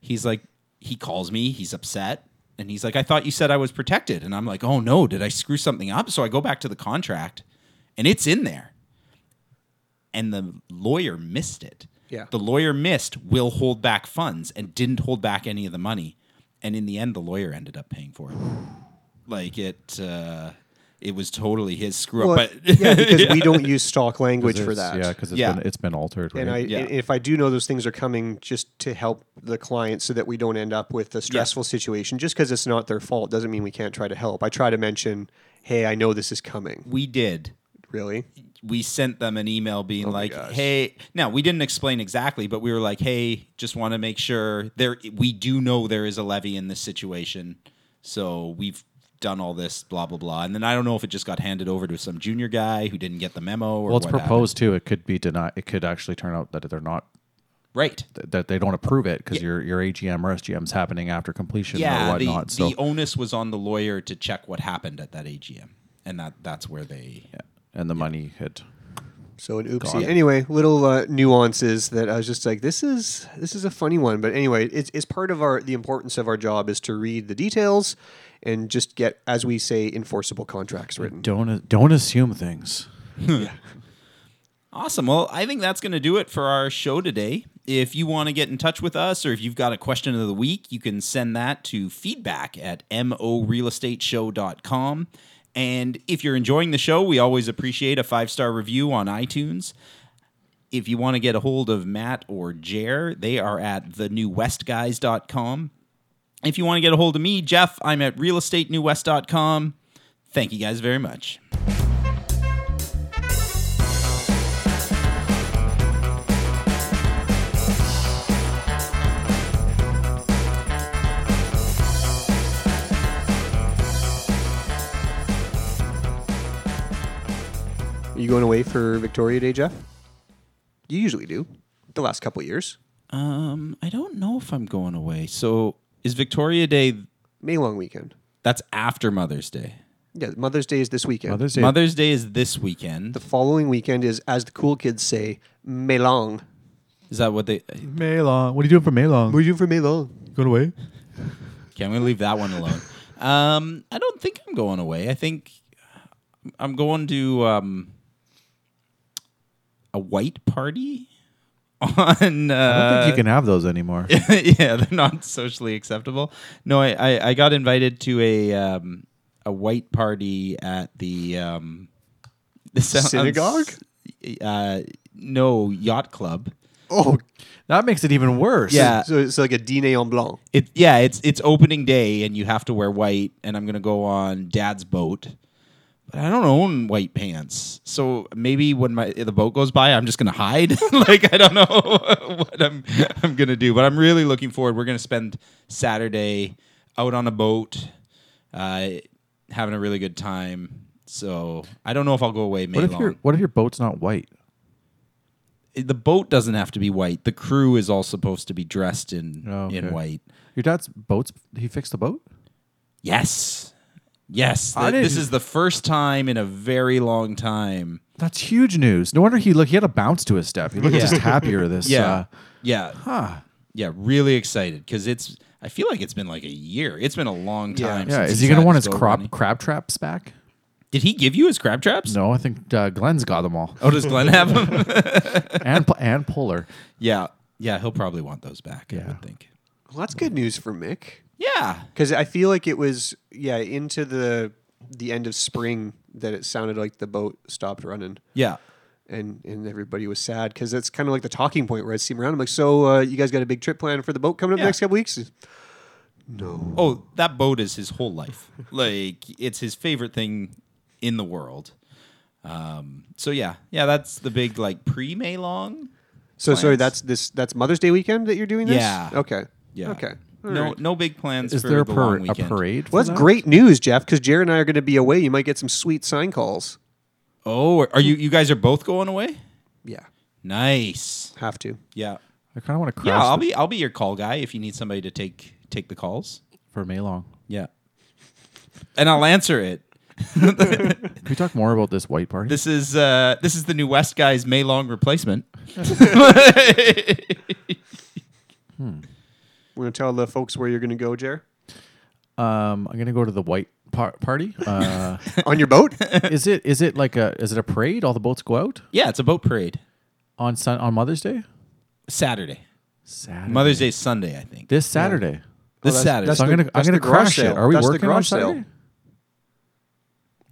S1: he's like, he calls me. He's upset. And he's like, I thought you said I was protected. And I'm like, oh no, did I screw something up? So I go back to the contract and it's in there. And the lawyer missed it.
S10: Yeah.
S1: The lawyer missed will hold back funds and didn't hold back any of the money. And in the end, the lawyer ended up paying for it. Like it, uh, it was totally his screw up.
S10: Well,
S1: but
S10: yeah, because we don't use stock language for
S9: It's-
S10: that.
S9: Yeah, because
S1: Yeah.
S9: been it's been altered.
S10: And
S9: right?
S10: I,
S1: Yeah.
S10: if I do know those things are coming, just to help the client so that we don't end up with a stressful situation, just because it's not their fault doesn't mean we can't try to help. I try to mention, hey, I know this is coming.
S1: we did.
S10: Really?
S1: we sent them an email being
S10: Oh my
S1: like,
S10: gosh.
S1: "Hey, now we didn't explain exactly, but we were like, "Hey, just want to make sure there we do know there is a levy in this situation. So we've done all this blah blah blah." And then I don't know if it just got handed over to some junior guy who didn't get the memo or
S9: well, it's
S1: what
S9: proposed too. It could be denied. It could actually turn out that they're not
S1: happened. Right.
S9: th- that they don't approve it because your your AGM or SGM is happening after completion or
S1: Yeah, the,
S9: whatnot. so
S1: the onus was on the lawyer to check what happened at that AGM. And that that's where they
S9: and the money had
S10: So an oopsie. Anyway, little uh, nuances that I was just like, this is this is a funny one. But anyway, it's, it's part of our the importance of our job is to read the details and just get, as we say, enforceable contracts written.
S9: don't don't assume things.
S1: Awesome. Well, I think that's going to do it for our show today. If you want to get in touch with us or if you've got a question of the week, you can send that to feedback at morealestateshow.com. And if you're enjoying the show, we always appreciate a five star review on iTunes. If you want to get a hold of Matt or Jer, they are at thenewwestguys.com. If you want to get a hold of me, Jeff, I'm at realestatenewwest.com. Thank you guys very much.
S10: Are you going away for Victoria Day, Jeff? You usually do. The last couple of years,
S1: Um, I don't know if I'm going away. So is Victoria Day?
S10: May long weekend.
S1: That's after Mother's Day.
S10: Yeah, Mother's Day is this weekend.
S9: Mother's Day.
S1: Mother's Day is this weekend.
S10: the following weekend is, as the cool kids say, May long.
S1: Is that what they?
S9: Maylong. What are you doing for Maylong?
S10: What are you doing for May long?
S9: going away?
S1: Can we leave that one alone? um, I don't think I'm going away. I think I'm going to um a white party on. Uh,
S9: I don't think you can have those anymore.
S1: yeah, they're not socially acceptable. No, I, I, I got invited to a um, a white party at the um, this sounds-
S10: Synagogue?
S1: Uh, no, yacht club.
S10: Oh,
S9: that makes it even worse.
S1: Yeah,
S10: so it's like a dîner en blanc.
S1: it yeah it's it's opening day and you have to wear white, and I'm gonna go on Dad's boat. But I don't own white pants, so maybe when my the boat goes by, I'm just gonna hide. like I don't know what I'm I'm gonna do, but I'm really looking forward. We're gonna spend Saturday out on a boat, uh, having a really good time. So I don't know if I'll go away. May
S9: What if
S1: long.
S9: your What if your boat's not white?
S1: the boat doesn't have to be white? The crew is all supposed to be dressed in
S9: Oh,
S1: in
S9: okay.
S1: white.
S9: Your dad's boat's. He fixed the boat.
S1: Yes. Yes.
S9: I
S1: Th- this
S9: didn't-
S1: is the first time in a very long time.
S9: That's huge news. No wonder he look. He had a bounce to his step. He looked
S1: Yeah.
S9: just happier. This. Uh,
S1: yeah.
S9: huh.
S1: Yeah. Really excited because it's, I feel like it's been like a year. It's been a long time.
S9: Yeah.
S1: since he's
S9: Is he gonna
S1: had
S9: want his
S1: boat
S9: crop
S1: running.
S9: crab traps back?
S1: Did he give you his crab traps?
S9: No, I think uh, Glenn's got them all.
S1: Oh, does Glenn have them?
S9: and P- and Polar.
S1: yeah. Yeah. He'll probably want those back, I
S9: Yeah.
S1: would think.
S10: Well, that's good news for Mick.
S1: Yeah.
S10: because I feel like it was yeah into the the end of spring that it sounded like the boat stopped running,
S1: Yeah.
S10: and and everybody was sad because that's kind of like the talking point where I see him around. I'm like, so uh, you guys got a big trip planned for the boat coming up
S1: Yeah.
S10: next couple weeks? No.
S1: Oh, that boat is his whole life. like it's his favorite thing in the world. Um, so yeah, yeah, that's the big like pre May long.
S10: So sorry,
S1: plans.
S10: that's this that's Mother's Day weekend that you're doing this.
S1: Yeah.
S10: Okay.
S1: Yeah.
S10: Okay. All
S1: no,
S10: right.
S1: no big plans.
S9: Is
S1: for
S9: there a
S1: the
S9: par-
S1: long
S9: a
S1: weekend.
S9: parade
S10: Well, that's great news, Jeff, because Jared and I are going to be away. You might get some sweet sign calls.
S1: Oh, are you? You guys are both going away?
S10: Yeah.
S1: Nice.
S10: Have to.
S1: Yeah.
S9: I kind of want to crash
S1: Yeah, I'll
S9: the-
S1: be I'll be your call guy if you need somebody to take take the calls.
S9: for May long.
S1: Yeah. And I'll answer it.
S9: Can we talk more about this white party?
S1: This is uh this is the new West guy's May long replacement.
S10: We're going to tell the folks where you're going to go, Jared.
S9: Um, I'm gonna go to the white par- party. Uh,
S10: On your boat?
S9: is it is it like a is it a parade? All the boats go out
S1: yeah, it's a boat parade.
S9: on sun on Mother's Day.
S1: Saturday.
S9: Saturday.
S1: Mother's Day Sunday, I think.
S9: this Saturday.
S1: This
S10: that's-
S1: Saturday.
S10: that's
S9: So I'm
S10: the-
S9: gonna I'm
S10: that's
S9: gonna
S10: the garage
S9: crash it.
S10: sale.
S9: Are we
S10: That's the
S9: working on
S10: garage sale.
S9: Saturday?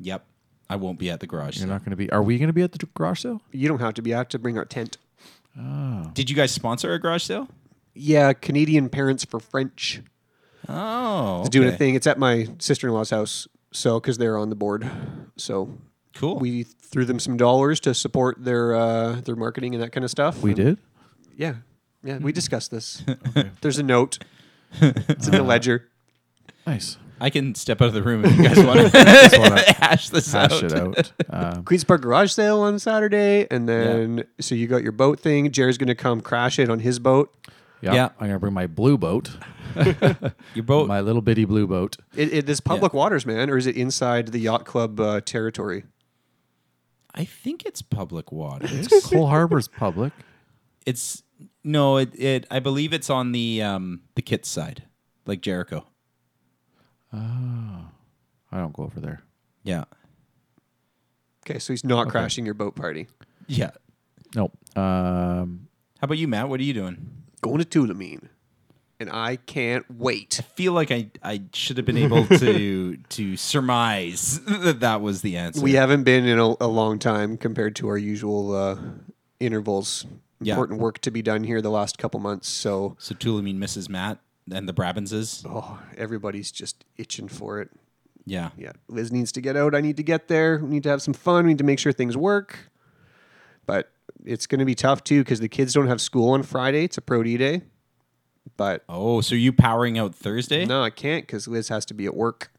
S1: yep. I won't be at the garage. sale.
S9: You're not gonna be. Are we gonna be at the garage sale?
S10: You don't have to be. I have to bring our tent.
S1: Did you guys sponsor a garage sale?
S10: Yeah, Canadian Parents for French
S1: Oh.
S10: is doing a
S1: okay.
S10: thing. It's at my sister in law's house. So, because they're on the board. So,
S1: Cool.
S10: we threw them some dollars to support their uh, their marketing and that kind of stuff.
S9: We
S10: And-
S9: did.
S10: Yeah. Yeah. We discussed this. There's a note, it's in the ledger.
S9: Nice.
S1: I can step out of the room if you guys want to hash this
S9: Hash
S1: out.
S9: it out. Uh,
S10: Queen's Park garage sale on Saturday. And then, so you got your boat thing. Jared's going to come crash it on his boat.
S9: yeah,
S1: Yeah. Oh.
S9: I'm gonna bring my blue boat,
S1: Your boat.
S9: my little bitty blue boat.
S10: It, it is public waters, man, or is it inside the yacht club uh, territory?
S1: I think it's public water.
S9: Cole Harbor's public.
S1: It's no, it, it I believe it's on the um the kids side, like Jericho.
S9: I don't go over there.
S1: Yeah.
S10: Okay, so he's not crashing your boat party.
S1: Yeah.
S9: Nope. Um,
S1: How about you, Matt? What are you doing?
S10: Going to Tulameen, and I can't wait.
S1: I feel like I, I should have been able to to surmise that that was the answer.
S10: We haven't been in a, a long time compared to our usual uh, intervals.
S1: Yeah.
S10: Important work to be done here the last couple months, so
S1: so Tulameen misses Matt and the Brabenses.
S10: oh, everybody's just itching for it.
S1: Yeah.
S10: Yeah, Liz needs to get out. I need to get there. We need to have some fun. We need to make sure things work. But it's going to be tough too because the kids don't have school on Friday. It's a pro D day. But
S1: Oh, so you powering out Thursday?
S10: No, I can't because Liz has to be at work.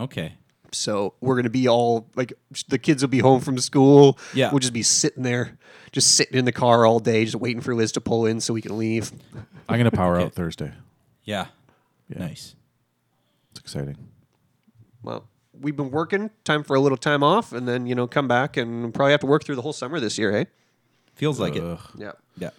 S1: Okay.
S10: So we're gonna be all like the kids will be home from school.
S1: Yeah.
S10: we'll just be sitting there, just sitting in the car all day, just waiting for Liz to pull in so we can leave.
S9: I'm gonna power out Thursday.
S1: Yeah.
S9: Yeah.
S1: Nice.
S9: It's exciting.
S10: Well, we've been working. Time for a little time off, and then you know come back and probably have to work through the whole summer this year. Hey,
S1: Feels like it.
S9: Ugh.
S10: yeah.
S1: Yeah.